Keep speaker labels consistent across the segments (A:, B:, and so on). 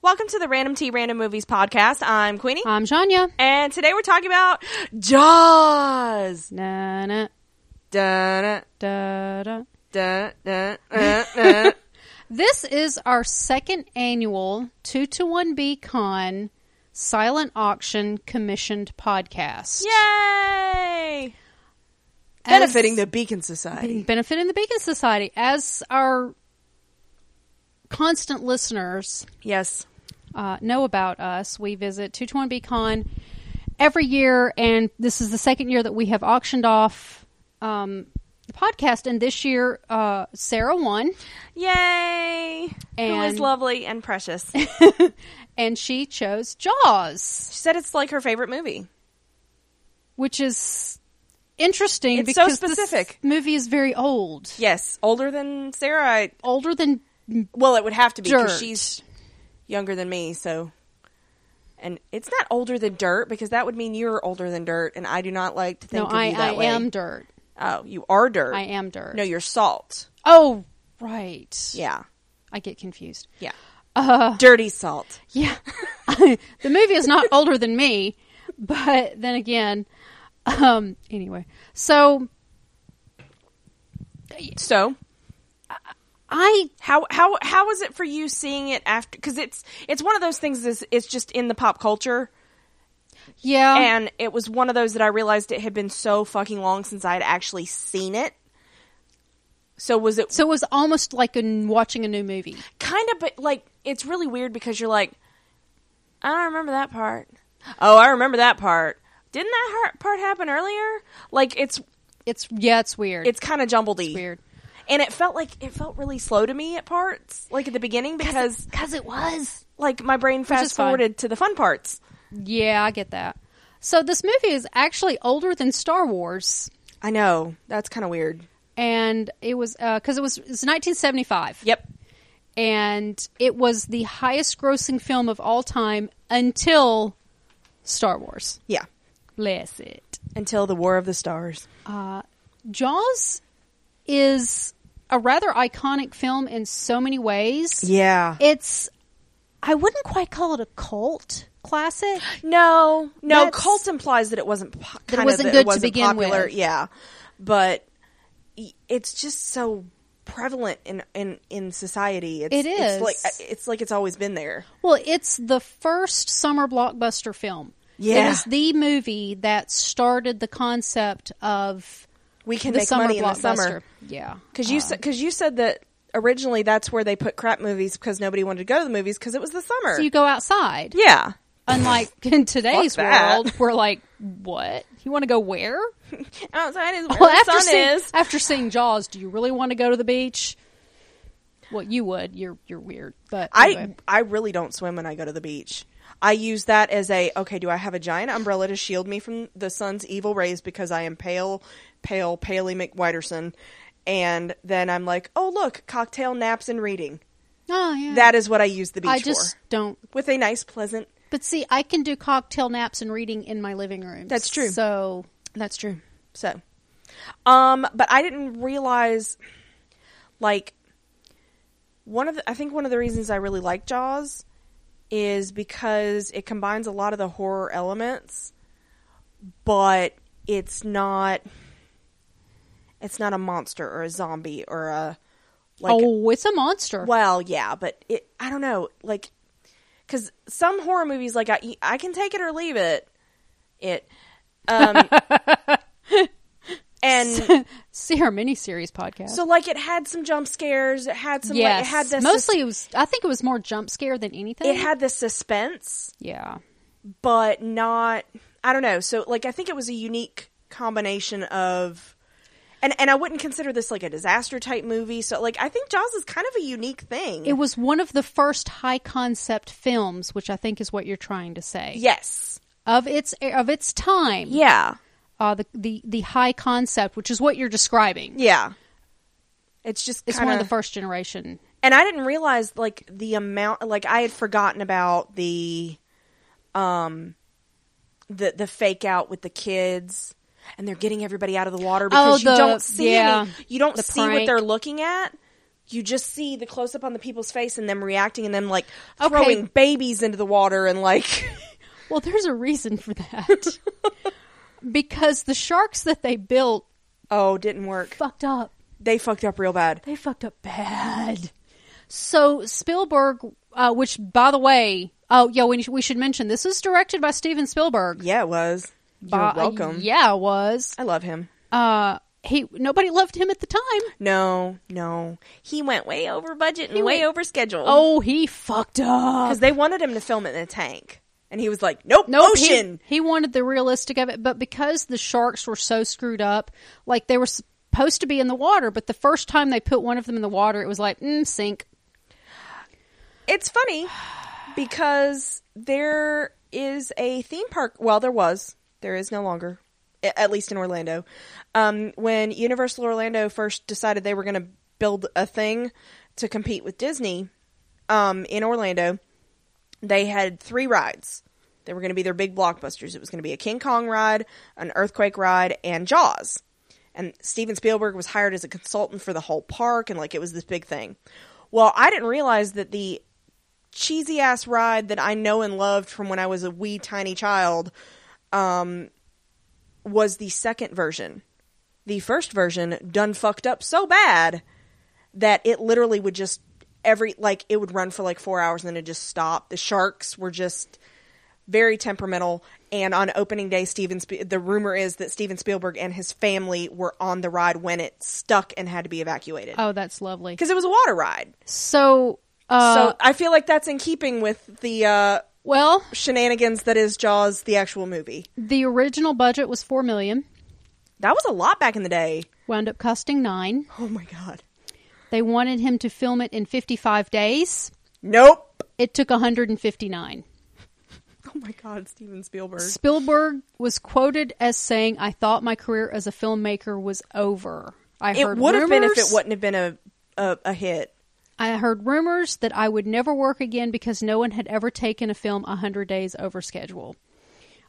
A: Welcome to the Random Tea Random Movies podcast. I'm Queenie,
B: I'm Shania.
A: and today we're talking about Jaws.
B: Na, na,
A: Dun,
B: da, da.
A: dun, dun, dun, dun.
B: This is our second annual 2 to 1B Con silent auction commissioned podcast.
A: Yay!
B: As-
A: Benefiting the Beacon Society.
B: benefiting the Beacon Society. As our constant listeners
A: Yes.
B: uh, know about us, we visit 2 to 1B Con every year, and this is the second year that we have auctioned off um, the podcast. And this year, uh, Sarah won.
A: Yay! Who is
B: And-
A: lovely and precious. She
B: and she chose Jaws,
A: said it's like her favorite movie.
B: which is interesting
A: It's so
B: because this
A: specific.
B: movie is very old,
A: Yes, older than Sarah. I,
B: older than
A: well, it would have to be
B: dirt.
A: because she's younger than me, so. And it's not older than dirt because that would mean you're older than dirt, and I do not like to think
B: no,
A: of
B: I,
A: you that
B: I
A: way.
B: am dirt.
A: Oh, you are dirt.
B: I am dirt.
A: No, you're salt.
B: Oh, right.
A: Yeah,
B: I get confused.
A: yeah.
B: Uh,
A: Dirty salt.
B: Yeah, the movie is not older than me, but then again, um, anyway, so
A: So
B: I
A: how how how was it for you seeing it after? Because it's it's one of those things. Is it's just in the pop culture.
B: yeah
A: and it was one of those that I realized it had been so fucking long since I had actually seen it. So was it
B: so it was almost like in watching a new movie.
A: kind of, but like it's really weird because you're like, I don't remember that part. Oh, I remember that part. Didn't that har- part happen earlier? Like it's
B: It's yeah, it's weird.
A: it's kind of jumbledy,
B: weird.
A: and it felt like it felt really slow to me at parts, like at the beginning, because
B: Because it was.
A: like my brain
B: is
A: fast
B: fine.
A: forwarded to the fun parts.
B: Yeah, I get that. So this movie is actually older than Star Wars,
A: I know that's kind of weird.
B: and it was because it was it's 1975,
A: Yep.
B: and it was the highest-grossing film of all time until Star Wars.
A: Yeah.
B: Bless it.
A: Until the War of the Stars.
B: Jaws is a rather iconic film in so many ways.
A: Yeah.
B: It's I wouldn't quite call it a cult classic.
A: No, no.
B: That's-
A: cult implies that it wasn't po- kind
B: wasn't
A: of,
B: good
A: it
B: to
A: wasn't
B: begin
A: popular.
B: with.
A: Yeah, but y- it's just so prevalent in in in society. It's,
B: It
A: It's
B: is.
A: like it's like it's always been there.
B: Well, it's the first summer blockbuster film.
A: Yeah.
B: It is the movie that started the concept of
A: We can
B: the
A: make
B: summer
A: money in the
B: blockbuster.
A: summer
B: Yeah.
A: because you because you said that originally that's where they put crap movies because nobody wanted to go to the movies because it was the summer.
B: So you go outside.
A: yeah,
B: Unlike in today's
A: Fuck that.
B: world, we're like, what? You want to go where?
A: outside is where
B: Well,
A: the
B: after
A: sun
B: seeing,
A: is.
B: after seeing Jaws, do you really want to go to the beach? Well, you would. You're you're weird, but
A: I
B: anyway.
A: I really don't swim when I go to the beach. I use that as a okay. Do I have a giant umbrella to shield me from the sun's evil rays because I am pale, pale, paley McWhiterson? And then I'm like, oh look, cocktail naps and reading.
B: oh yeah.
A: That is what I use the beach
B: I just
A: for,
B: don't.
A: with a nice, pleasant.
B: But see, I can do cocktail naps and reading in my living room.
A: That's true.
B: So
A: That's true. So, um, but I didn't realize, like, one of the, I think one of the reasons I really like Jaws is because it combines a lot of the horror elements, but it's not, it's not a monster or a zombie or a, like,
B: oh, it's a monster.
A: well, yeah, but it, I don't know, like, because some horror movies, like I, I can take it or leave it. It, um, and
B: See our miniseries podcast.
A: so like it had some jump scares. It had some. Like,
B: yes,
A: it had this
B: mostly it was. I think it was more jump scare than anything.
A: It had the suspense,
B: yeah,
A: but not. I don't know. So like I think it was a unique combination of. And, and I wouldn't consider this like a disaster type movie. So like I think Jaws is kind of a unique thing.
B: it was one of the first high concept films, which I think is what you're trying to say.
A: yes.
B: of its of its time.
A: Yeah.
B: uh, the, the the high concept, which is what you're describing.
A: Yeah. It's just
B: It's
A: kinda,
B: one of the first generation.
A: and I didn't realize like the amount like I had forgotten about the um the the fake out with the kids and they're getting everybody out of the water because you
B: Oh, the-
A: don't see
B: yeah.
A: any, you don't
B: The
A: see what
B: prank.
A: they're looking at. you just see the close up on the people's face and them reacting and them like
B: Okay.
A: throwing babies into the water and like
B: Well, there's a reason for that. because the sharks that they built
A: oh didn't work
B: fucked up.
A: they fucked up real bad
B: They fucked up bad. So Spielberg, uh, which by the way, oh yeah, we, we should mention this is directed by Steven Spielberg.
A: yeah it was you're
B: By-
A: welcome
B: Yeah, it was.
A: i love him
B: Uh, he nobody loved him at the time.
A: no no he went way over budget and way
B: went-
A: over schedule
B: Oh, he fucked up.
A: because they wanted him to film it in a tank and he was like nope
B: Nope, he-
A: ocean
B: He, wanted the realistic of it, but because the sharks were so screwed up, like they were supposed to be in the water, but the first time they put one of them in the water, it was like, mm, sink.
A: it's funny because there is a theme park. Well, there was. There is no longer, a- at least in Orlando. Um, when Universal Orlando first decided they were going to build a thing to compete with Disney um, in Orlando, they had three rides. They were going to be their big blockbusters. It was going to be a King Kong ride, an earthquake ride, and Jaws. And Steven Spielberg was hired as a consultant for the whole park, and like it was this big thing. Well, I didn't realize that the cheesy ass ride that I know and loved from when I was a wee tiny child um, was the second version. The first version done fucked up so bad that it literally would just every like it would run for like four hours and then it just stopped. The sharks were just very temperamental. And on opening day, Steven Sp- the rumor is that Steven Spielberg and his family were on the ride when it stuck and had to be evacuated
B: Oh, that's lovely.
A: because it was a water ride.
B: So, uh,
A: so I feel like that's in keeping with the uh,
B: well,
A: shenanigans that is Jaws, the actual movie.
B: the original budget was four million,
A: That was a lot back in the day.
B: wound up costing nine.
A: Oh my god.
B: They wanted him to film it in fifty-five days.
A: Nope.
B: It took one hundred and fifty-nine.
A: Oh my god, Steven Spielberg.
B: Spielberg was quoted as saying, "I thought my career as a filmmaker was over. I
A: It
B: heard
A: would have been if it
B: rumors-
A: wouldn't have been a a, a hit.
B: I heard rumors that I would never work again because no one had ever taken a film 100 days over schedule.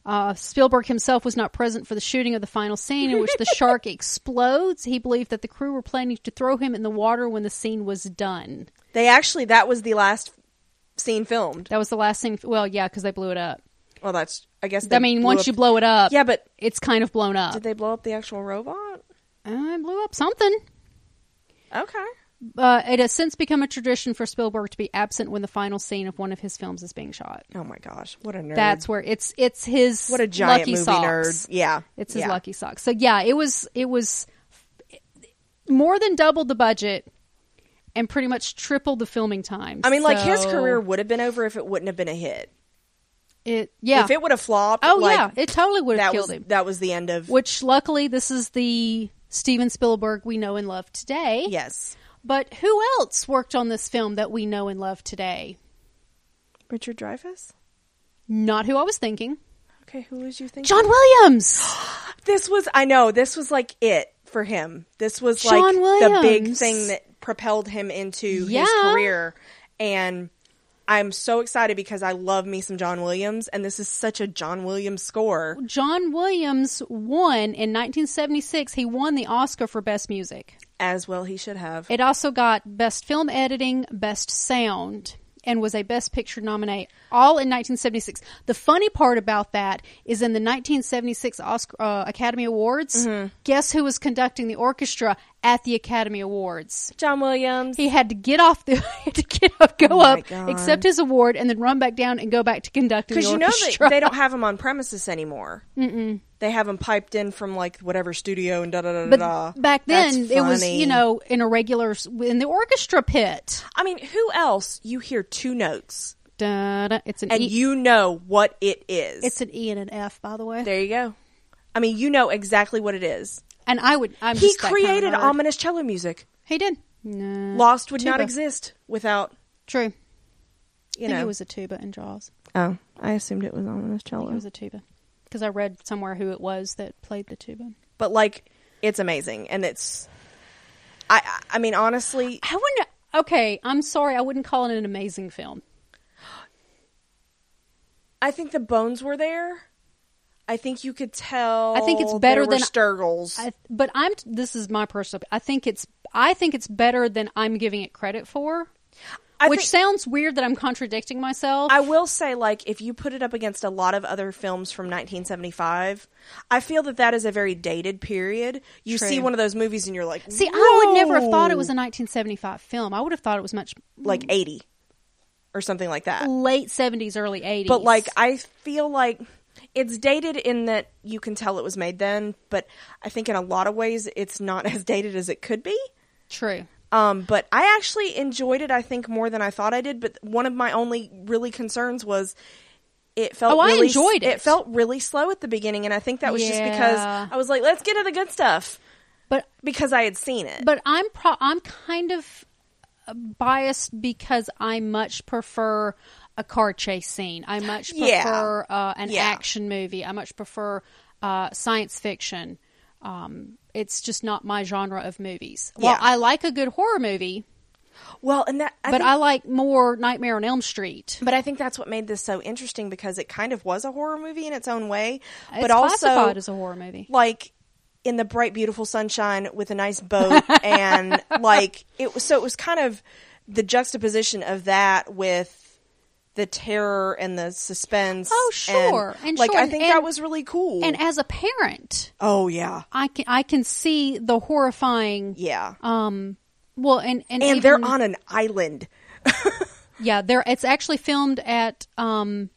B: Uh, Spielberg himself was not present for the shooting of the final scene in which the shark explodes. He believed that the crew were planning to throw him in the water when the scene was done.
A: They actually that was the last scene filmed.
B: That was the last scene. Well, yeah, because they blew it up.
A: Well, that's I guess.
B: I mean, once you
A: blew
B: blow it up,
A: up- yeah, but
B: it's kind of blown up.
A: did they blow up the actual robot?
B: I blew up something.
A: Okay.
B: Uh, it has since become a tradition for Spielberg to be absent when the final scene of one of his films is being shot.
A: Oh my gosh, what a nerd.
B: That's where it's it's his
A: what a giant
B: lucky
A: movie
B: socks.
A: nerd. Yeah,
B: It's his
A: Yeah.
B: lucky socks. So yeah, it was it was more than doubled the budget and pretty much tripled the filming time.
A: I mean, like his
B: So
A: career would have been over if it wouldn't have been a hit.
B: It yeah.
A: If it would have flopped,
B: oh
A: like,
B: yeah, it totally would
A: that
B: have killed
A: was
B: him.
A: that was the end of
B: Which luckily this is the Steven Spielberg we know and love today.
A: yes.
B: But who else worked on this film that we know and love today?
A: Richard Dreyfuss?
B: Not who I was thinking.
A: Okay, who was you thinking?
B: John Williams.
A: This was I know, this was like it for him. This was like
B: John
A: the big
B: Williams.
A: thing that propelled him into
B: Yeah.
A: his career. And I'm so excited because I love me some John Williams and this is such a John Williams score.
B: John Williams won in 1976. He won the Oscar for Best Music.
A: As well he should have.
B: It also got Best Film Editing, Best Sound, and was a Best Picture nominee, all in 1976. The funny part about that is in the 1976 Oscar uh, Academy Awards,
A: Mm-hmm.
B: guess who was conducting the orchestra at the Academy Awards?
A: John Williams.
B: He had to get off the, he had to get up, go
A: Oh my
B: up,
A: God.
B: accept his award, and then run back down and go back to conducting the
A: Because you know
B: orchestra.
A: that they don't have him on premises anymore. Mm-mm. They have him piped in from like whatever studio and da da da da.
B: But
A: da.
B: back
A: That's
B: then, it was
A: funny.
B: you know in a regular s- in the orchestra pit.
A: I mean, who else? You hear two notes
B: Da-da. It's an
A: and
B: E.
A: you know what it is.
B: it's an E and an F, by the way.
A: There you go. I mean, you know exactly what it is.
B: And I would. I'm
A: He
B: just that kind of
A: created
B: nerd.
A: ominous cello music.
B: He did. No.
A: Lost would not
B: Tuba.
A: exist without
B: True. I
A: you
B: think
A: know.
B: it was a tuba in Jaws.
A: oh, I assumed it was ominous
B: I think it
A: cello,
B: was a tuba because I read somewhere who it was that played the tuba.
A: but like, it's amazing, and it's. I I- I mean, honestly,
B: I wouldn't. Okay, I'm sorry. I wouldn't call it an amazing film.
A: I think the bones were there. I think you could tell.
B: I think it's better
A: there were
B: than-
A: Sturgills.
B: I, but I'm. This is my personal. I think it's. I think it's better than I'm giving it credit for.
A: I
B: which
A: think-
B: sounds weird that I'm contradicting myself.
A: I will say, like, if you put it up against a lot of other films from 1975, I feel that that is a very dated period. You
B: True.
A: see one of those movies and you're like,
B: See, I would never have thought it
A: "Whoa."
B: was a 1975 film. I would have thought it was much
A: like 80 or something like that.
B: late 70s, early 80s.
A: But, like, I feel like it's dated in that you can tell it was made then, but I think in a lot of ways it's not as dated as it could be.
B: true.
A: Um, but I actually enjoyed it, I think, more than I thought I did. But one of my only really concerns was it felt
B: Oh, I
A: really,
B: enjoyed it.
A: It felt really slow at the beginning, and I think that was just because
B: Yeah.
A: I was like, let's get to the good stuff
B: But
A: because I had seen it.
B: but I'm pro- I'm kind of uh, biased because I much prefer a car chase scene. I much
A: Yeah.
B: prefer uh, an
A: Yeah.
B: action movie. I much prefer uh, science fiction. Um, it's just not my genre of movies. Well,
A: Yeah.
B: I like a good horror movie,
A: well, and that, I
B: but
A: think,
B: I like more Nightmare on Elm Street.
A: but I think that's what made this so interesting because it kind of was a horror movie in its own way,
B: It's
A: but also
B: classified as a horror movie.
A: like in the bright beautiful sunshine with a nice boat and like it was so it was kind of the juxtaposition of that with the terror and the suspense
B: Oh, sure. And
A: like
B: sure.
A: i think
B: And-
A: that was really cool
B: And as a parent,
A: oh yeah
B: I can I can see the horrifying.
A: yeah
B: Um. Well, and and,
A: and
B: even,
A: they're on an island
B: Yeah, there. It's actually filmed at um,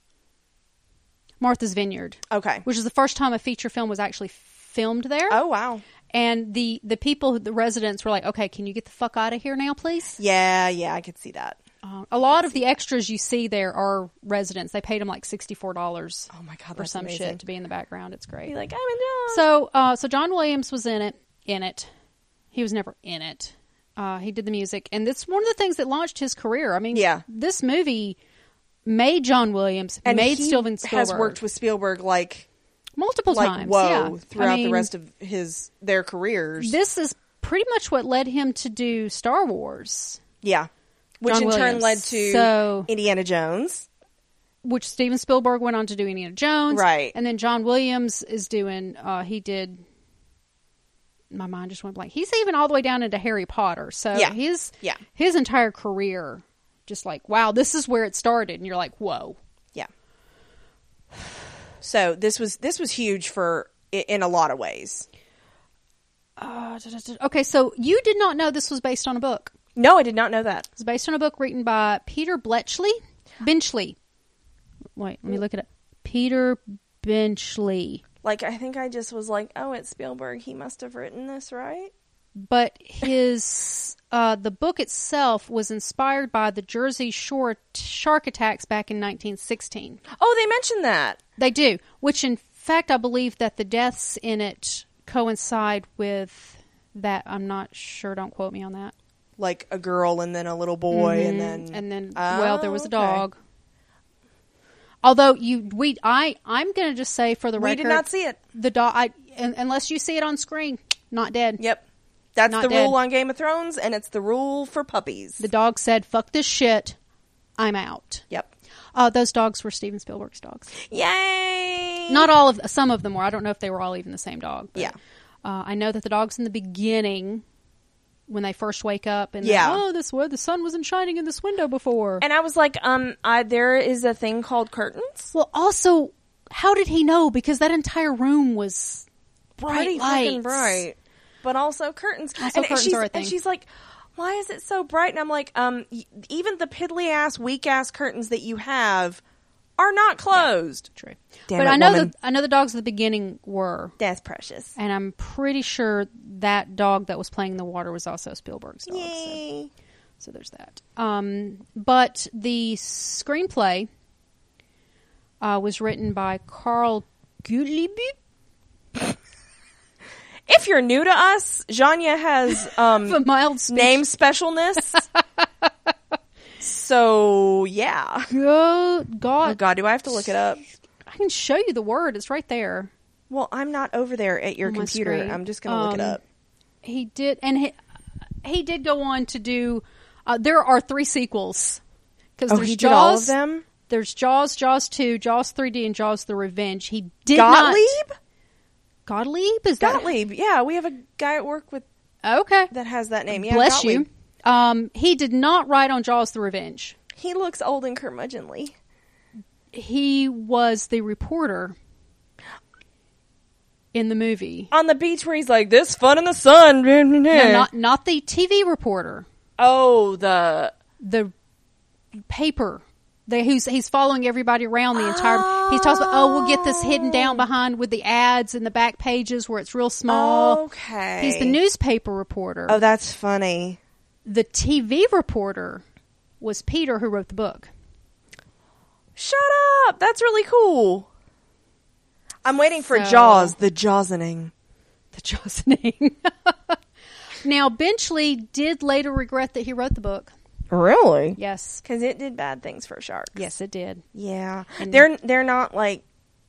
B: Martha's Vineyard,
A: okay
B: which is the first time a feature film was actually filmed there.
A: oh wow
B: And the the people, the residents, were like, "Okay, can you get the fuck out of here now, please?"
A: yeah yeah i could see that
B: Uh, a lot of the extras you see there are residents. They paid them like sixty four dollars
A: oh my god
B: or
A: that's
B: some
A: amazing.
B: shit to be in the background. It's great.
A: be like i'm in love.
B: So, uh, so John Williams was in it. In it, he was never in it. Uh, he did the music, and that's one of the things that launched his career. I mean,
A: Yeah.
B: this movie made John Williams,
A: and
B: made
A: he
B: Steven Spielberg,
A: has worked with spielberg like
B: multiple
A: like
B: times.
A: whoa
B: yeah.
A: throughout
B: I mean,
A: the rest of his their careers
B: This is pretty much what led him to do Star Wars,
A: Yeah. Which
B: John
A: in turn
B: Williams.
A: led to
B: So-
A: Indiana Jones.
B: which Steven Spielberg went on to do Indiana Jones,
A: Right.
B: And then John Williams is doing. Uh, he did. My mind just went blank. He's even all the way down into Harry Potter. So
A: Yeah.
B: his
A: Yeah.
B: his entire career, just like wow, this is where it started, and you're like whoa,
A: Yeah. So this was this was huge for i- in a lot of ways.
B: Uh, da, da, da. okay. So you did not know this was based on a book.
A: No, I did not know that.
B: It's based on a book written by Peter Bletchley. Benchley. Wait, let me look it up. Peter Benchley.
A: Like I think I just was like, "Oh, it's Spielberg. He must have written this, right?"
B: But his uh, the book itself was inspired by the Jersey Shore t- shark attacks back in 1916.
A: Oh, they mentioned that.
B: They do, which in fact I believe that the deaths in it coincide with that. I'm not sure. Don't quote me on that.
A: Like a girl and then a little boy and then
B: and then
A: Oh,
B: well there was a
A: okay.
B: dog although you we i i'm gonna just say for the
A: We
B: record
A: did not see it.
B: the dog i un- unless you see it on screen not dead
A: Yep. That's
B: Not
A: the
B: dead.
A: rule on Game of Thrones and it's the rule for puppies.
B: the dog said fuck this shit i'm out
A: yep.
B: uh, those dogs were steven spielberg's dogs
A: Yay!
B: not all of some of them were i don't know if they were all even the same dog but,
A: Yeah.
B: uh, i know that the dogs in the beginning when they first wake up and
A: Yeah.
B: yeah. oh this where the sun wasn't shining in this window before
A: And I was like, "Um, I, there is a thing called curtains."
B: Well, also, how did he know? Because that entire room was
A: pretty
B: bright
A: fucking
B: lights.
A: bright. But also curtains.
B: Also
A: and,
B: curtains
A: she's,
B: are a thing.
A: and she's like, why is it so bright? And I'm like, um, y- even the piddly ass, weak ass curtains that you have are not closed.
B: True.
A: Damn
B: but
A: it,
B: I know
A: woman.
B: that I know the dogs at the beginning were,
A: That's precious.
B: and I'm pretty sure that dog that was playing in the water was also Spielberg's dog. So,
A: Yay.
B: so there's that. Um, but the screenplay uh, was written by Carl Gottlieb.
A: If you're new to us, Janya has um,
B: A mild speech.
A: name specialness. so, yeah.
B: Go-
A: Oh,
B: God.
A: God, do I have to look it up?
B: I can show you the word. It's right there.
A: Well, I'm not over there at your
B: on Oh, my
A: computer.
B: screen.
A: I'm just going to look it
B: Um,
A: up.
B: He did, and he, he did go on to do. Uh, there are three sequels because
A: Oh,
B: there's
A: he
B: Jaws.
A: did all of them?
B: There's Jaws, Jaws two, Jaws 3D, and Jaws the Revenge. He did
A: Gottlieb?
B: not. Gottlieb is that?
A: Gottlieb. Yeah, we have a guy at work with
B: Okay.
A: that has that name. Yeah,
B: Bless
A: Gottlieb.
B: you. Um, he did not write on Jaws the Revenge.
A: He looks old and curmudgeonly.
B: He was the reporter in the movie.
A: On the beach where he's like, this fun in the sun.
B: No, not not the TV reporter.
A: oh, the.
B: The paper. The, who's he's following everybody around the entire. He talks about oh we'll get this hidden down behind with the ads in the back pages where it's real small.
A: Okay.
B: He's the newspaper reporter.
A: Oh, that's funny.
B: The TV reporter was Peter who wrote the book.
A: Shut up. That's really cool. I'm waiting for
B: So-
A: Jaws, the Jawsening.
B: the Jossening. now, Benchley did later regret that he wrote the book.
A: Really?
B: Yes.
A: Because it did bad things for sharks.
B: Yes, it did.
A: Yeah.
B: And-
A: they're they're not like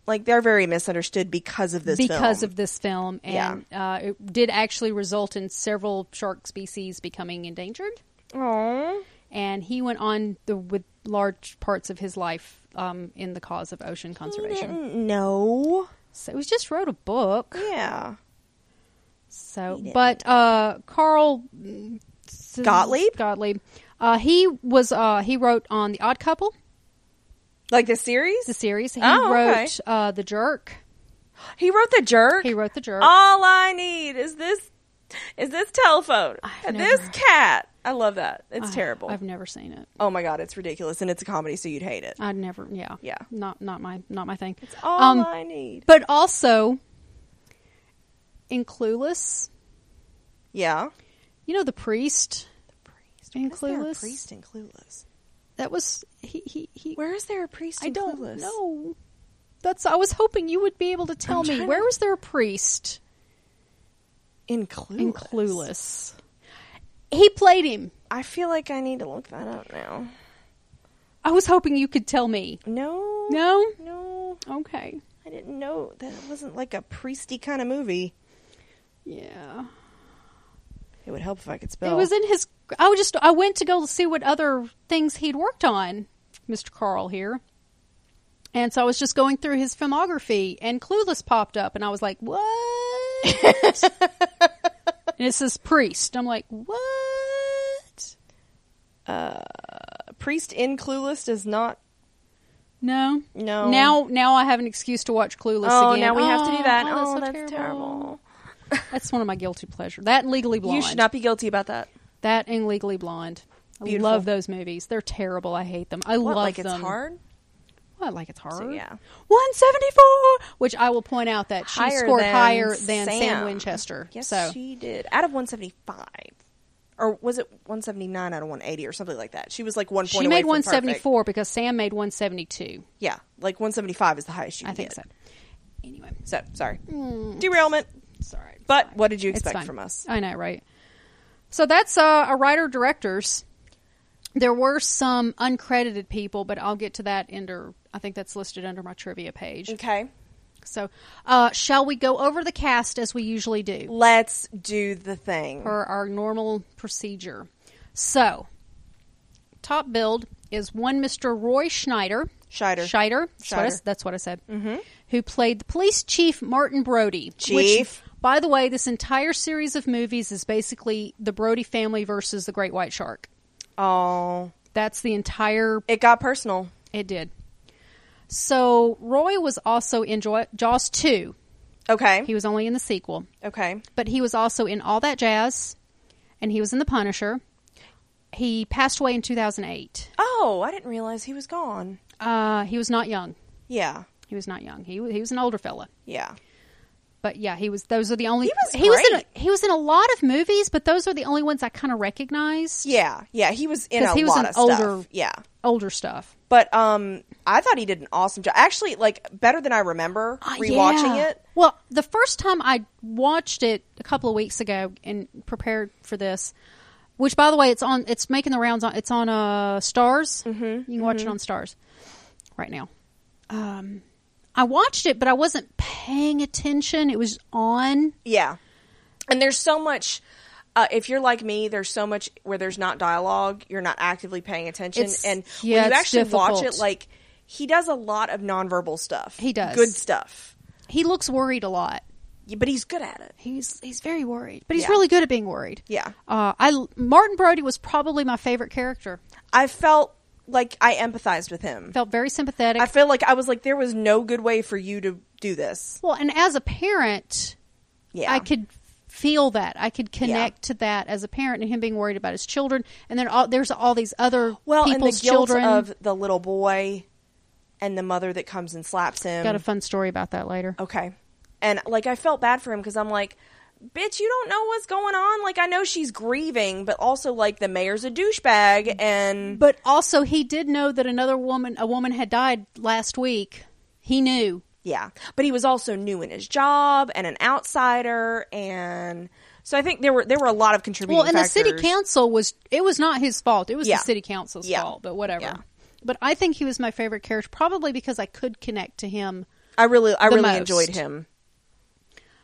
A: like they're very misunderstood because of this
B: because
A: film.
B: of this film. And uh, it did actually result in several shark species becoming endangered.
A: Aw.
B: And he went on the, with large parts of his life um, in the cause of ocean conservation.
A: No.
B: So he just wrote a book.
A: Yeah.
B: So,
A: He
B: but uh, Carl mm, s-
A: Gottlieb?
B: Gottlieb. Uh, he was uh, he wrote on The Odd Couple.
A: Like the series?
B: the series. He
A: Oh,
B: wrote
A: okay.
B: uh, The Jerk.
A: He wrote the jerk.
B: He wrote The Jerk.
A: All I need is this is this telephone.
B: I've
A: and
B: never-
A: this cat. I love that. It's
B: I-
A: terrible.
B: I've never seen it.
A: oh my god, it's ridiculous and it's a comedy so you'd hate it.
B: I'd never. Yeah.
A: Yeah.
B: Not not my not my thing.
A: All
B: um,
A: I need.
B: But also in Clueless,
A: Yeah.
B: you know the priest.
A: Priest.
B: In
A: Why is there a
B: Clueless?
A: priest in Clueless.
B: That was he. He. he
A: Where is there a priest in
B: I don't
A: Clueless?
B: know. That's. I was hoping you would be able to tell
A: I'm
B: me
A: trying
B: where
A: to-
B: was there a priest
A: In Clueless.
B: in Clueless? He played him.
A: I feel like I need to look that up now.
B: I was hoping you could tell me.
A: No.
B: No.
A: No.
B: Okay.
A: I didn't know that it wasn't like a priesty kind of movie.
B: Yeah.
A: It would help if I could spell.
B: It was in his. I was just. I went to go see what other things he'd worked on, Mr. Carl here. And so I was just going through his filmography, and Clueless popped up, and I was like, "What?" and it says priest. I'm like, "What?"
A: a priest in Clueless does not.
B: No,
A: No.
B: Now, now I have an excuse to watch Clueless
A: oh,
B: again.
A: now we have to do that.
B: Oh, that's, so
A: that's terrible.
B: That's one of my guilty pleasures. That and Legally Blonde.
A: You should not be guilty about that.
B: That and Legally Blonde. I
A: Beautiful.
B: love those movies. They're terrible. I hate them. I
A: What,
B: love
A: like
B: them.
A: it's hard?
B: What, like it's hard?
A: yeah.
B: 174, which I will point out that she
A: Higher
B: scored
A: than
B: higher than Sam,
A: Sam.
B: Winchester.
A: Yes,
B: so
A: she did. Out of 175. Or was it 179 out of 180 or something like that? She was like one point
B: she
A: away
B: made
A: from
B: 174 because Sam made 172.
A: perfect. Yeah, like 175 is the highest you
B: I
A: can
B: think
A: get.
B: so. Anyway,
A: so. sorry. Derailment.
B: sorry.
A: But what did you
B: It's
A: expect
B: fine.
A: from us?
B: I know, right? So that's uh, a writer director's. There were some uncredited people, but I'll get to that under. I think that's listed under my trivia page.
A: Okay.
B: So, uh, shall we go over the cast as we usually do?
A: Let's do the thing.
B: per our normal procedure. So, top build is one Mr. Roy Schneider.
A: Scheider.
B: Scheider. That's, What, I,
A: Scheider.
B: that's what I said. Mm-hmm. Who played the police chief Martin Brody. which,
A: Chief.
B: by the way, this entire series of movies is basically the Brody family versus the great white shark.
A: Oh,
B: That's the entire
A: it got personal.
B: it did. So Roy was also in Jo- Jaws 2.
A: Okay.
B: He was only in the sequel,
A: okay.
B: but he was also in All That Jazz, and he was in The Punisher. He passed away in 2008.
A: Oh, I didn't realize he was gone.
B: Uh, he was not young.
A: Yeah.
B: He was not young. He wa- he was an older fella.
A: Yeah.
B: But yeah, he was. Those are the only.
A: He was
B: in.
A: great.
B: A, he was in a lot of movies, but those are the only ones I kind of recognized.
A: Yeah. Yeah. He was in
B: 'Cause
A: a
B: he was
A: lot
B: an
A: of
B: older-
A: stuff. Yeah.
B: Older stuff.
A: But um, I thought he did an awesome job. Actually, like better than I remember
B: Uh,
A: rewatching
B: yeah.
A: it.
B: Well, the first time I watched it a couple of weeks ago and prepared for this, which by the way, it's on. It's making the rounds on. It's on uh, Stars. Mm-hmm, you can watch it on Stars right now. Um, I watched it, but I wasn't paying attention. It was on.
A: Yeah. And there's so much. Uh, if you're like me, there's so much where there's not dialogue. You're not actively paying attention,
B: It's-
A: and
B: yeah,
A: when you
B: it's
A: actually watch
B: difficult.
A: it, like he does a lot of nonverbal stuff.
B: He does.
A: good stuff.
B: He looks worried a lot.
A: Yeah, but he's good at it.
B: He's he's very worried, but he's
A: Yeah.
B: really good at being worried.
A: Yeah.
B: Uh, I Martin Brody was probably my favorite character.
A: I felt like I empathized with him.
B: Felt very sympathetic.
A: I feel like I was like, there was no good way for you to do this.
B: well, and as a parent,
A: Yeah.
B: I could feel that. I could connect to that as a parent and him being worried about his children. And then all, there's all these other
A: well, and the
B: people's
A: guilt
B: children.
A: of the little boy and the mother that comes and slaps him.
B: Got a fun story about that later.
A: Okay. And like I felt bad for him because I'm like, bitch, you don't know what's going on. Like I know she's grieving, but also like the mayor's a douchebag and
B: But also, he did know that another woman, a woman, had died last week. He knew.
A: yeah. But he was also new in his job and an outsider and so I think there were there were a lot of contributing
B: Well, and the city
A: factors.
B: council was it was not his fault. It was
A: Yeah.
B: the city council's
A: Yeah.
B: fault, but whatever.
A: Yeah.
B: But I think he was my favorite character probably because I could connect to him.
A: I really I
B: the
A: really
B: most.
A: enjoyed him.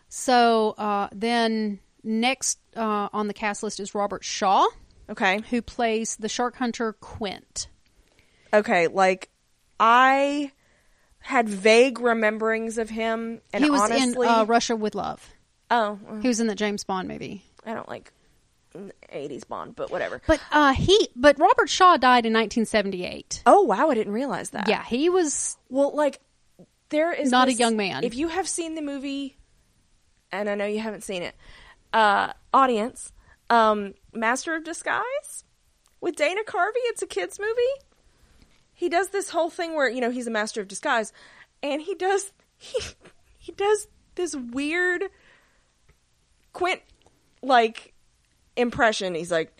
B: So uh, then next uh, on the cast list is Robert Shaw,
A: Okay.
B: who plays the shark hunter Quint.
A: Okay, like I had vague rememberings of him and
B: he was
A: honestly
B: in uh, Russia with Love.
A: Oh, well,
B: He was in the James Bond movie.
A: I don't like 80s Bond, but whatever.
B: But uh, he, but Robert Shaw died in 1978.
A: Oh wow, I didn't realize that.
B: Yeah, he was
A: Well, like there is
B: Not a
A: this-
B: young man.
A: If you have seen the movie, and I know you haven't seen it, uh, audience, um, Master of Disguise with Dana Carvey. It's a kids movie. He does this whole thing where you know he's a master of disguise, and he does he he does this weird Quint like impression. He's like.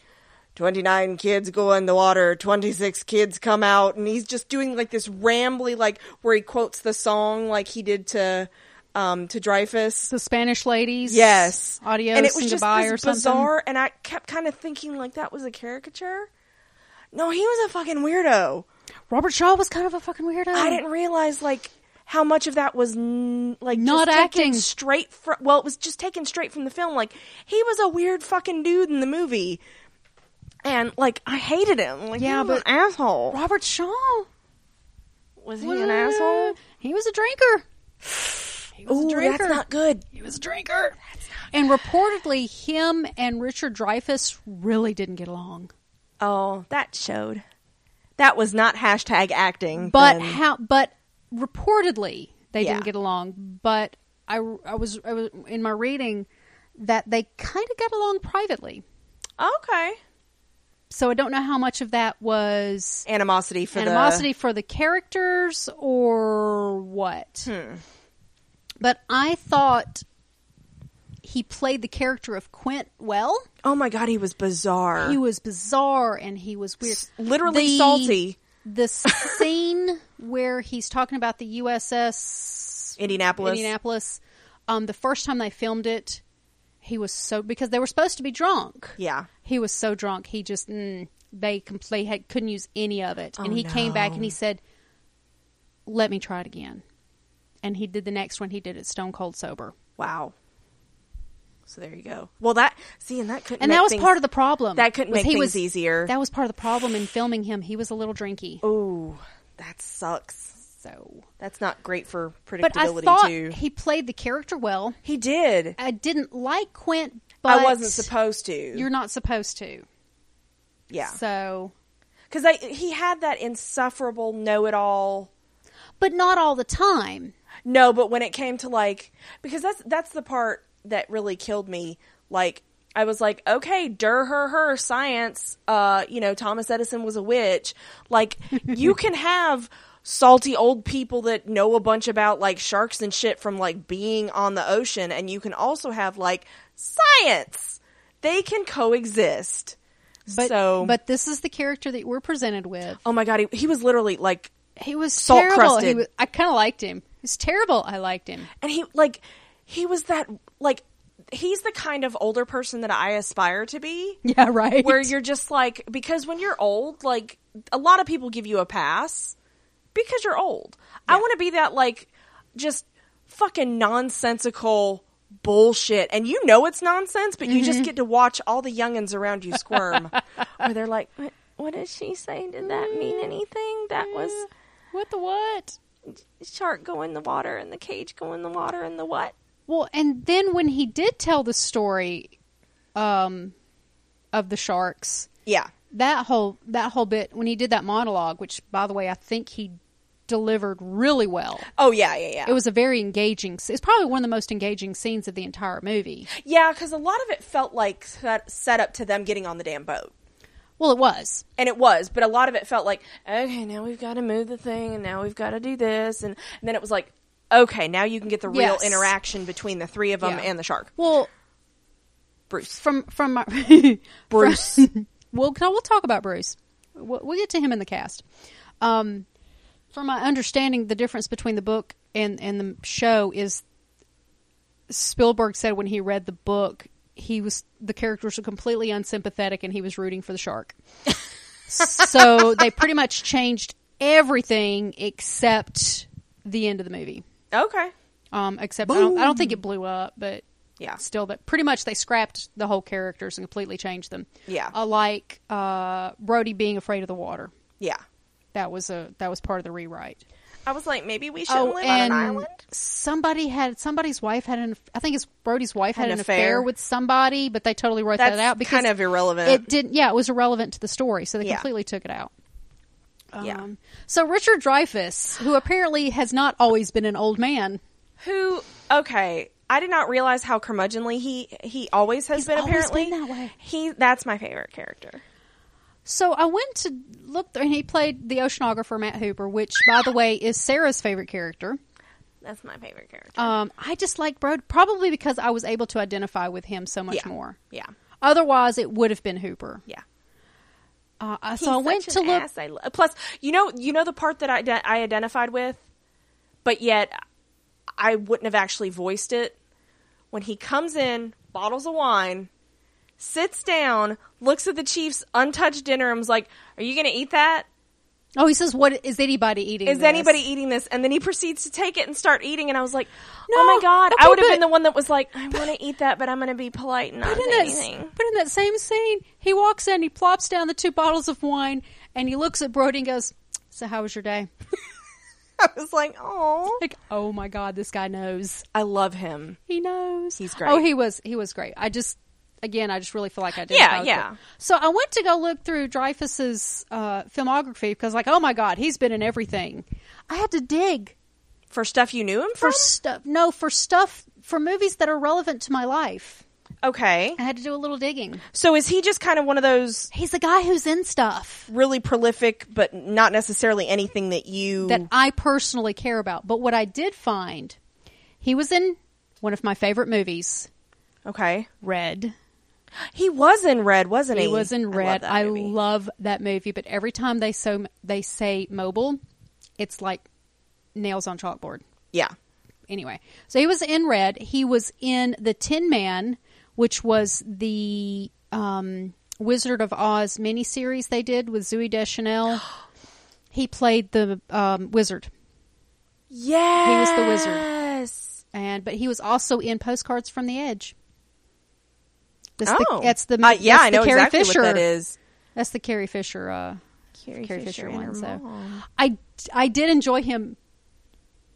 A: 29 kids go in the water, 26 kids come out, and he's just doing like this rambly, like where he quotes the song like he did to, um, to Dreyfus.
B: the Spanish ladies.
A: Yes.
B: Adios
A: and it was
B: and
A: just
B: goodbye
A: this
B: or something.
A: bizarre, and I kept kind of thinking like that was a caricature. No, he was a fucking weirdo.
B: Robert Shaw was kind of a fucking weirdo.
A: I didn't realize like how much of that was n- like just
B: Not
A: taken
B: acting.
A: straight from. Well, it was just taken straight from the film. Like he was a weird fucking dude in the movie, and like I hated him. Like
B: Yeah,
A: he was
B: but-
A: an asshole.
B: Robert Shaw.
A: Was he an asshole?
B: He was a drinker. He was a
A: Ooh,
B: drinker.
A: that's not good.
B: he was a drinker. And reportedly, him and Richard Dreyfuss really didn't get along.
A: Oh, that showed. That was not hashtag acting.
B: But
A: then.
B: how? But reportedly, they
A: Yeah.
B: didn't get along. But I, I was, I was in my reading that they kind of got along privately.
A: okay,
B: So I don't know how much of that was
A: animosity for
B: animosity for the characters or what.
A: Hmm.
B: But I thought he played the character of Quint well.
A: the. Oh my god, he was bizarre.
B: He was bizarre and he was weird.
A: S- literally salty.
B: The scene where he's talking about the USS
A: Indianapolis.
B: Indianapolis, um, the first time they filmed it, he was so because they were supposed to be drunk.
A: Yeah.
B: He was so drunk, he just mm, they completely had, couldn't use any of it, and
A: Oh,
B: he came back
A: no.
B: and he said, "Let me try it again." And he did the next one. He did it stone cold sober,
A: Wow. So there you go. Well, that see, and that couldn't.
B: and that was part of the problem.
A: that couldn't
B: was
A: make
B: he
A: things
B: was,
A: easier.
B: That was part of the problem in filming him. He was a little drinky,
A: Ooh, that sucks.
B: so.
A: That's not great for predictability
B: But I thought
A: too.
B: he played the character well.
A: He did.
B: I didn't like Quint, but
A: I wasn't supposed to.
B: You're not supposed to.
A: yeah,
B: So,
A: because I he had that insufferable know-it-all.
B: but not all the time.
A: No, but when it came to like because that's that's the part that really killed me. Like I was like, okay, der her her science. Uh, you know, Thomas Edison was a witch. Like you can have salty old people that know a bunch about like sharks and shit from like being on the ocean, and you can also have like science. They can coexist.
B: But
A: so,
B: but this is the character that we're presented with.
A: oh my god, he, he was literally like
B: He was
A: Salt
B: terrible. He
A: crusted.
B: was, I kind of liked him. He's terrible. I liked him.
A: and he like he was that like he's the kind of older person that I aspire to be.
B: Yeah, right.
A: Where you're just like because when you're old, like a lot of people give you a pass because you're old. I want to be that like just fucking nonsensical bullshit and you know it's nonsense but you just get to watch all the youngins around you squirm where they're like what, what did she say did that mean anything that was
B: what the what?
A: shark go in the water and the cage go in the water and the what
B: Well, and then when he did tell the story um, of the sharks,
A: Yeah.
B: that whole that whole bit when he did that monologue, which by the way I think he delivered really well.
A: Oh yeah, yeah, yeah.
B: It was a very engaging. s- It's probably one of the most engaging scenes of the entire movie.
A: yeah, because a lot of it felt like set, set up to them getting on the damn boat.
B: Well, it was.
A: And it was, but a lot of it felt like, okay, now we've got to move the thing, and now we've got to do this, and, and then it was like, okay, now you can get the real
B: Yes.
A: interaction between the three of them
B: Yeah.
A: and the shark,
B: Well,
A: Bruce.
B: from from my
A: Bruce.
B: from- well, no, we'll talk about Bruce. We'll, we'll get to him in the cast. Um, from my understanding, the difference between the book and and the show is Spielberg said when he read the book, he was the characters were completely unsympathetic, and he was rooting for the shark. so they pretty much changed everything except the end of the movie.
A: Okay.
B: Um, except I don't, I don't think it blew up, but
A: Yeah.
B: still, that pretty much they scrapped the whole characters and completely changed them.
A: Yeah.
B: uh, like uh, Brody being afraid of the water.
A: Yeah.
B: That was a that was part of the rewrite. Oh,
A: I was like, maybe we shouldn't live on an
B: and
A: island.
B: somebody had somebody's wife had an I think it's Brody's wife had, an affair. with somebody, but they totally wrote
A: That's
B: that out because
A: kind of irrelevant.
B: it didn't. Yeah, it was irrelevant to the story, so they
A: Yeah.
B: completely took it out.
A: Yeah.
B: Um, So Richard Dreyfuss, who apparently has not always been an old man,
A: Who? Okay, I did not realize how curmudgeonly he he always has
B: He's
A: been.
B: always
A: Apparently,
B: been that way.
A: He that's my favorite character.
B: So I went to look, there, and he played the oceanographer Matt Hooper, which, by the way, is Sarah's favorite character.
A: That's my favorite character.
B: Um, I just like Brode probably because I was able to identify with him so much
A: yeah.
B: more.
A: Yeah.
B: Otherwise, it would have been Hooper.
A: Yeah.
B: Uh, uh,
A: He's
B: so I went
A: such
B: to
A: an
B: look.
A: ass, I lo- Plus, you know, you know the part that I de- I identified with, but yet I wouldn't have actually voiced it. When he comes in, bottles of wine, sits down, looks at the chief's untouched dinner, and was like, "Are you going to eat that?
B: Oh, he says, "What is anybody eating?
A: Is
B: this?"
A: anybody eating this?" And then he proceeds to take it and start eating, and I was like,
B: No,
A: "Oh my god!"
B: okay,
A: I would have
B: but-
A: been the one that was like, "I want to eat that, but I'm going to be polite and not
B: But in,
A: do
B: that,
A: anything."
B: but in that same scene, he walks in, he plops down the two bottles of wine, and he looks at Brody and goes, "So, how was your day?"
A: I was like, "Oh,
B: Like, oh my god, this guy knows.
A: I love him."
B: He knows.
A: He's great.
B: Oh, he was he was great. I just again, I just really feel like I did.
A: Yeah, yeah.
B: So I went to go look through Dreyfus's uh, filmography because, like, oh my god, he's been in everything. I had to dig
A: For stuff you knew him
B: for
A: from.
B: stuff. No, for stuff for movies that are relevant to my life.
A: Okay.
B: I had to do a little digging.
A: So is he just kind of one of those
B: He's the guy who's in stuff
A: really prolific, but not necessarily anything that you?
B: that I personally care about. But what I did find, he was in one of my favorite movies,
A: okay,
B: Red.
A: he was in Red, wasn't he?
B: He was in red. I
A: movie.
B: love that movie, but every time they so they say mobile, it's like nails on chalkboard.
A: yeah,
B: Anyway, so he was in red. He was in the Tin Man, which was the um, Wizard of Oz miniseries they did with Zooey Deschanel. He played the um, wizard,
A: yeah.
B: He was the wizard.
A: Yes.
B: and but he was also in Postcards from the Edge. That's
A: oh,
B: the, that's the
A: Uh, yeah.
B: that's
A: I
B: the
A: know
B: Carrie
A: exactly
B: Fisher.
A: what that is.
B: That's the Carrie Fisher. Uh,
A: Carrie,
B: Carrie Fisher,
A: and her
B: one. So
A: mom.
B: I I did enjoy him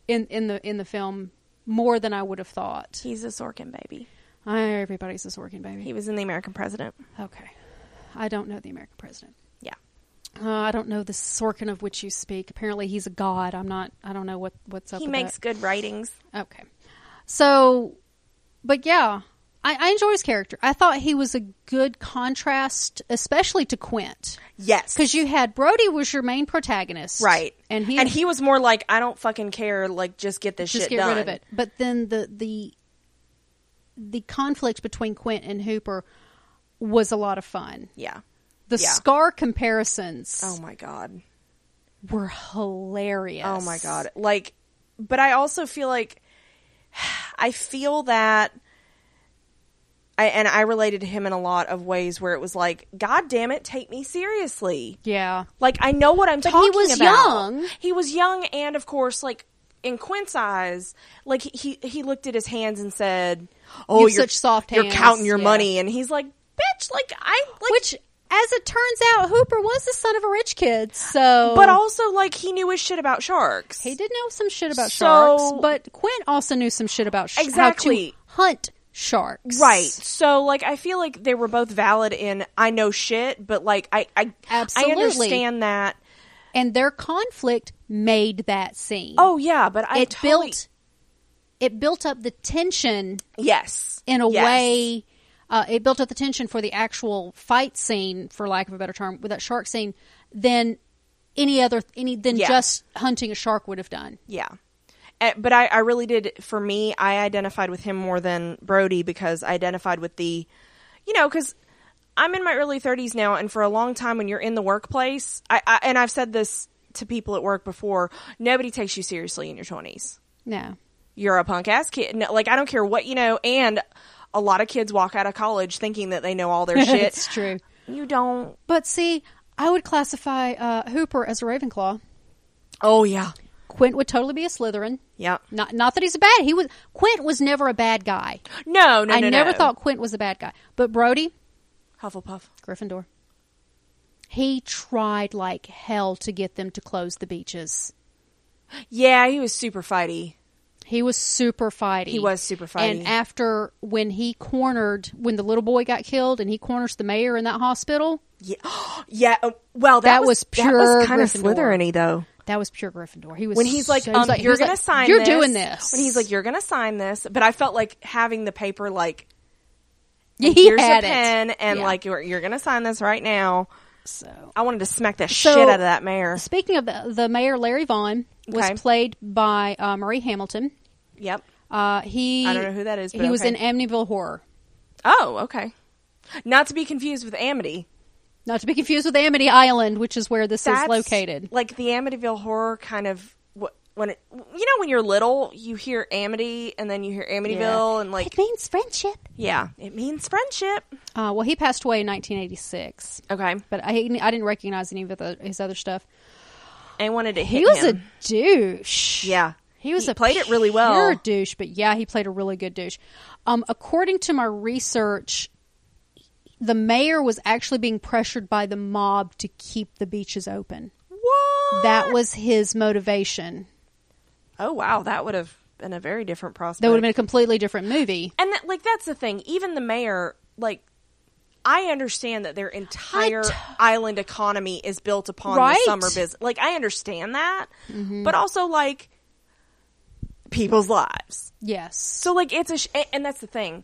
B: in in the in the film more than I would have thought.
A: he's a Sorkin baby.
B: I, everybody's a Sorkin baby.
A: He was in the American President.
B: Okay, I don't know the American president.
A: Yeah.
B: Uh, I don't know the Sorkin of which you speak. Apparently, he's a god. I'm not. I don't know what what's up.
A: He
B: with
A: makes good writings.
B: that. okay. So, but yeah, I, I enjoy his character. I thought he was a good contrast, especially to Quint,
A: Yes.
B: because you had Brody was your main protagonist,
A: right.
B: And he
A: and he was more like, I don't fucking care. Like, just get this
B: just
A: shit
B: get
A: done.
B: rid of it. But then the the the conflict between Quint and Hooper was a lot of fun.
A: Yeah.
B: The
A: Yeah.
B: scar comparisons
A: Oh my god.
B: were hilarious.
A: Oh my god. Like but I also feel like I feel that I and I related to him in a lot of ways where it was like, God damn it, take me seriously.
B: Yeah,
A: Like I know what I'm
B: But he
A: talking
B: was
A: about.
B: young.
A: He was young and of course like in Quint's eyes, like he he looked at his hands and said, "Oh,
B: have
A: you're
B: such soft
A: You're
B: hands."
A: counting your
B: Yeah.
A: money," and he's like, "Bitch, like I like
B: which as it turns out, Hooper was the son of a rich kid, so
A: But also, like, he knew his shit about sharks.
B: Oh. he did know some shit about
A: So-
B: sharks. But Quinn also knew some shit about sh- how
A: Exactly.
B: to hunt sharks,
A: Right. So like I feel like they were both valid in I know shit, but like I I
B: Absolutely.
A: I understand that.
B: And their conflict made that scene.
A: Oh yeah, but I
B: it
A: totally-
B: built it built up the tension
A: yes
B: in a
A: Yes.
B: way. Uh, it built up the tension for the actual fight scene, for lack of a better term, with that shark scene, than any other any than
A: Yeah.
B: just hunting a shark would have done.
A: Yeah. Eh, But I, I really did, for me, I identified with him more than Brody because I identified with the, you know, because I'm in my early 30s now, and for a long time when you're in the workplace, I, I and I've said this to people at work before nobody takes you seriously in your 20s.
B: No,
A: You're a punk ass kid. No, like, I don't care what you know, and a lot of kids walk out of college thinking that they know all their shit.
B: it's true.
A: You don't.
B: But see, I would classify uh, Hooper as a Ravenclaw.
A: Oh, yeah.
B: Quint would totally be a Slytherin.
A: Yeah.
B: Not not that he's a bad. He was Quint was never a bad guy.
A: No, no,
B: I
A: no,
B: never
A: no.
B: thought Quint was a bad guy. But Brody,
A: Hufflepuff.
B: Gryffindor. He tried like hell to get them to close the beaches.
A: Yeah, he was super fighty.
B: He was super fighty.
A: He was super fighty.
B: And after when he cornered when the little boy got killed and he corners the mayor in that hospital,
A: Yeah, yeah. uh, Well, that,
B: That
A: was,
B: was
A: That
B: pure
A: was kind of
B: Gryffindor.
A: Slytherin-y, though.
B: that was pure Gryffindor. He was
A: When he's like,
B: so- he
A: um,
B: was like- he
A: "You're
B: was
A: gonna
B: like,
A: sign.
B: You're
A: this.
B: doing this.
A: When he's like, "You're gonna sign this," but I felt like having the paper, like
B: Yeah, he
A: here's
B: had
A: a
B: it.
A: pen, and
B: Yeah.
A: like you're, you're gonna sign this right now.
B: so
A: I wanted to smack the
B: So-
A: shit out of that mayor.
B: Speaking of the, the mayor, Larry Vaughn was
A: Okay.
B: played by uh, Murray Hamilton.
A: Yep.
B: Uh, he
A: I don't know who that is,
B: He
A: but
B: was
A: okay.
B: in Amityville Horror.
A: Oh, okay. Not to be confused with Amity.
B: Not to be confused with Amity Island, which is where this
A: That's
B: is located.
A: like the Amityville horror kind of. wh- When it, you know, when you're little, you hear Amity, and then you hear Amityville, and like,
B: means friendship.
A: yeah, it means friendship.
B: Uh, well, he passed away in 1986,
A: Okay,
B: but I I didn't recognize any of the, his other stuff.
A: I wanted to hit
B: He was
A: him.
B: a douche.
A: Yeah.
B: he was
A: He
B: a
A: played it really well.
B: pure douche, but yeah, he played a really good douche. Um, according to my research, the mayor was actually being pressured by the mob to keep the beaches open.
A: What?
B: That was his motivation.
A: Oh wow, that would have been a very different prospect.
B: That would have been a completely different movie.
A: And that, like that's the thing. Even the mayor, like, I understand that their entire
B: I t-
A: island economy is built upon
B: Right. Mm-hmm.
A: the summer business. Like, I understand that, but also like people's lives.
B: Yes.
A: So like it's a sh- a- and that's the thing.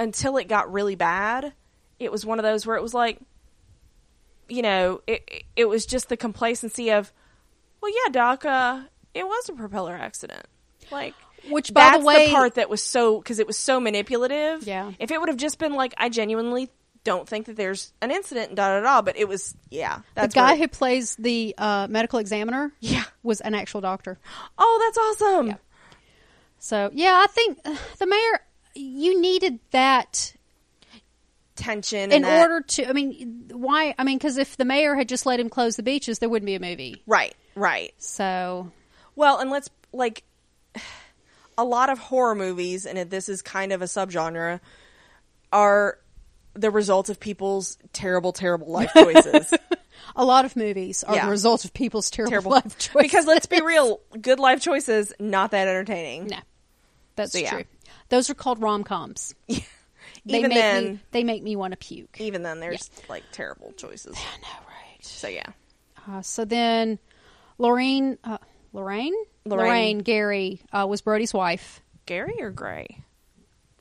A: Until it got really bad, it was one of those where it was like you know, it it was just the complacency of well yeah, doc, uh, it was a propeller accident. Like
B: Which, by the
A: that's
B: way-
A: part that was so cuz it was so manipulative.
B: Yeah.
A: If it would have just been like I genuinely don't think that there's an incident and da da da, but it was yeah.
B: The
A: That's
B: guy
A: where-
B: who plays the uh, medical examiner
A: Yeah.
B: was an actual doctor.
A: Oh, that's awesome.
B: So, yeah, I think uh, the mayor, you needed that
A: Tension and
B: in
A: that-
B: order to. I mean, why? I mean, because if the mayor had just let him close the beaches, there wouldn't be a movie.
A: Right, right.
B: So,
A: Well, and let's like a lot of horror movies, and it- this is kind of a subgenre, are the result of people's terrible, terrible life choices.
B: a lot of movies are
A: Yeah.
B: the result of people's terrible,
A: terrible
B: life choices.
A: Because let's be real, good life choices not that entertaining.
B: no, that's
A: So, yeah.
B: true. Those are called rom coms. They
A: even
B: make
A: then,
B: me, they make me want to puke.
A: even then, there's like terrible choices.
B: I know, right?
A: So yeah,
B: Uh, so then, Lorraine, uh, Lorraine,
A: Lorraine.
B: Gary uh, was Brody's wife.
A: Gary or Gray?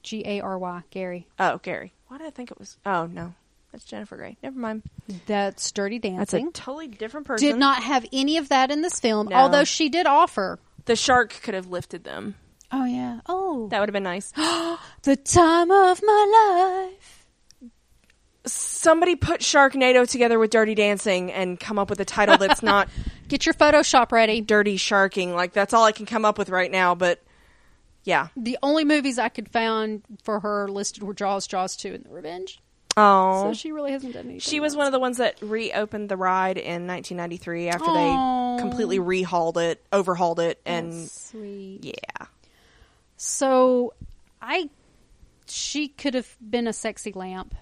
B: G A R Y, Gary.
A: Oh, Gary. Why did I think it was? Oh no, that's Jennifer Gray. Never mind.
B: That's Dirty
A: That's a
B: Dancing.
A: totally different person.
B: did not have any of that in this film,
A: No.
B: although she did offer.
A: the shark could have lifted them?
B: Oh yeah. Oh,
A: That would have been nice.
B: the time of my life.
A: somebody put Sharknado together with Dirty Dancing and come up with a title that's not
B: Get your Photoshop ready.
A: Dirty Sharking. Like that's all I can come up with right now. But yeah,
B: The only movies I could find for her listed were Jaws, Jaws Two, and The Revenge.
A: oh,
B: So
A: she,
B: she really hasn't done anything.
A: was one of the ones that reopened the ride in 1993 after
B: Aw.
A: they completely rehauled it, overhauled it, and
B: sweet.
A: yeah,
B: So, I she could have been a sexy lamp.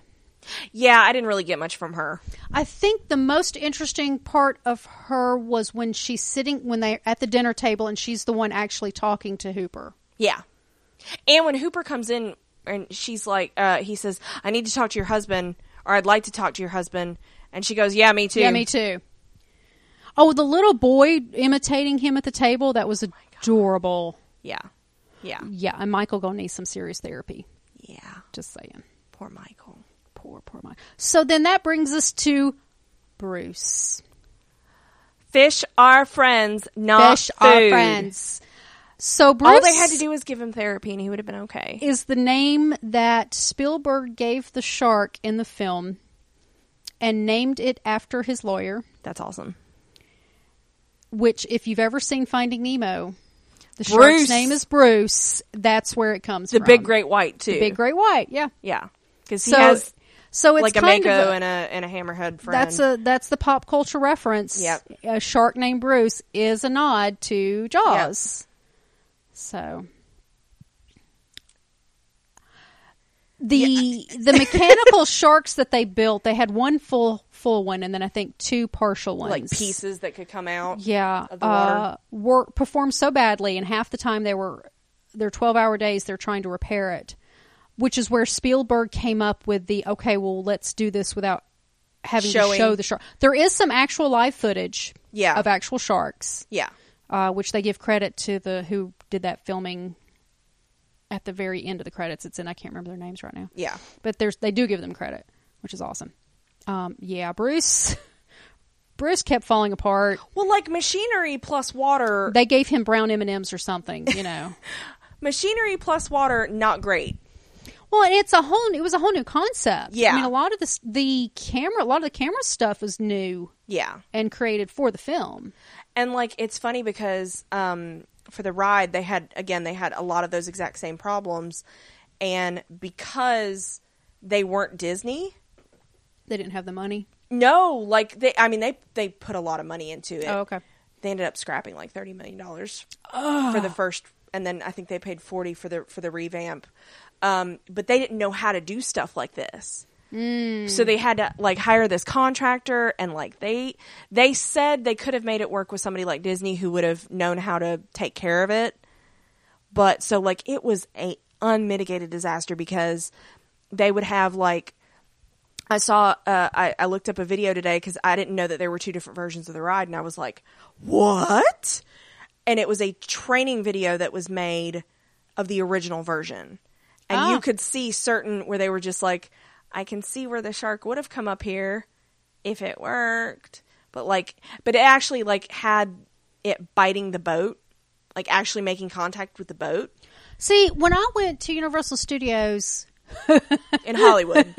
A: Yeah, I didn't really get much from her.
B: I think the most interesting part of her was when she's sitting when they're at the dinner table and she's the one actually talking to Hooper.
A: Yeah. And when Hooper comes in and she's like, uh, he says, I need to talk to your husband, or I'd like to talk to your husband. And she goes, Yeah, me too.
B: Yeah, me too. Oh, the little boy imitating him at the table, that was adorable.
A: Yeah. Yeah.
B: yeah, and Michael gonna need some serious therapy.
A: Yeah.
B: Just saying.
A: Poor Michael.
B: Poor, poor Michael. So then that brings us to Bruce.
A: Fish are friends, not
B: Fish are
A: Ah, food.
B: friends. So Bruce
A: All they had to do was give him therapy and he would have been okay.
B: is the name that Spielberg gave the shark in the film and named it after his lawyer,
A: That's awesome.
B: which, if you've ever seen Finding Nemo, the
A: Bruce.
B: shark's name is Bruce. That's where it comes
A: The
B: from.
A: big great white too.
B: Big great white, yeah.
A: yeah. Because he
B: so,
A: has
B: so it's
A: like a
B: kind
A: mako
B: of a,
A: and a and a hammerhead friend.
B: that's a that's the pop culture reference.
A: Yep.
B: A shark named Bruce is a nod to Jaws. So the the mechanical sharks that they built, they had one full full one, and then I think two partial ones,
A: like pieces that could come out.
B: Yeah,
A: of the water.
B: uh, were performed so badly, and half the time they were their twelve hour days. They're trying to repair it, which is where Spielberg came up with the okay. Well, let's do this without having
A: Showing.
B: to show the shark. There is some actual live footage,
A: Yeah.
B: of actual sharks,
A: Yeah.
B: uh, which they give credit to the who did that filming at the very end of the credits. It's in I can't remember their names right now
A: Yeah.
B: but there's they do give them credit, which is awesome. Um, yeah, Bruce. Bruce kept falling apart.
A: Well, like machinery plus water.
B: They gave him brown M and M's or something, you know.
A: machinery plus water, not great.
B: well, and it's a whole. It was a whole new concept.
A: Yeah.
B: I mean, a lot of this, the camera, a lot of the camera stuff was new
A: Yeah.
B: and created for the film.
A: And like it's funny because um, for the ride they had again they had a lot of those exact same problems, and because they weren't Disney,
B: They didn't have the money.
A: no, like they I mean they they put a lot of money into it.
B: Oh, okay.
A: They ended up scrapping like thirty million dollars for the first, and then I think they paid forty for the for the revamp. Um, but they didn't know how to do stuff like this. So they had to like hire this contractor and like they they said they could have made it work with somebody like Disney who would have known how to take care of it. But so like it was a unmitigated disaster because they would have like I saw uh, I, I looked up a video today because I didn't know that there were two different versions of the ride and I was like, what? And it was a training video that was made of the original version, and you
B: Ah.
A: could see certain where they were just like, I can see where the shark would have come up here if it worked, but like, but it actually like had it biting the boat, like actually making contact with the boat
B: See, when I went to Universal Studios
A: in Hollywood.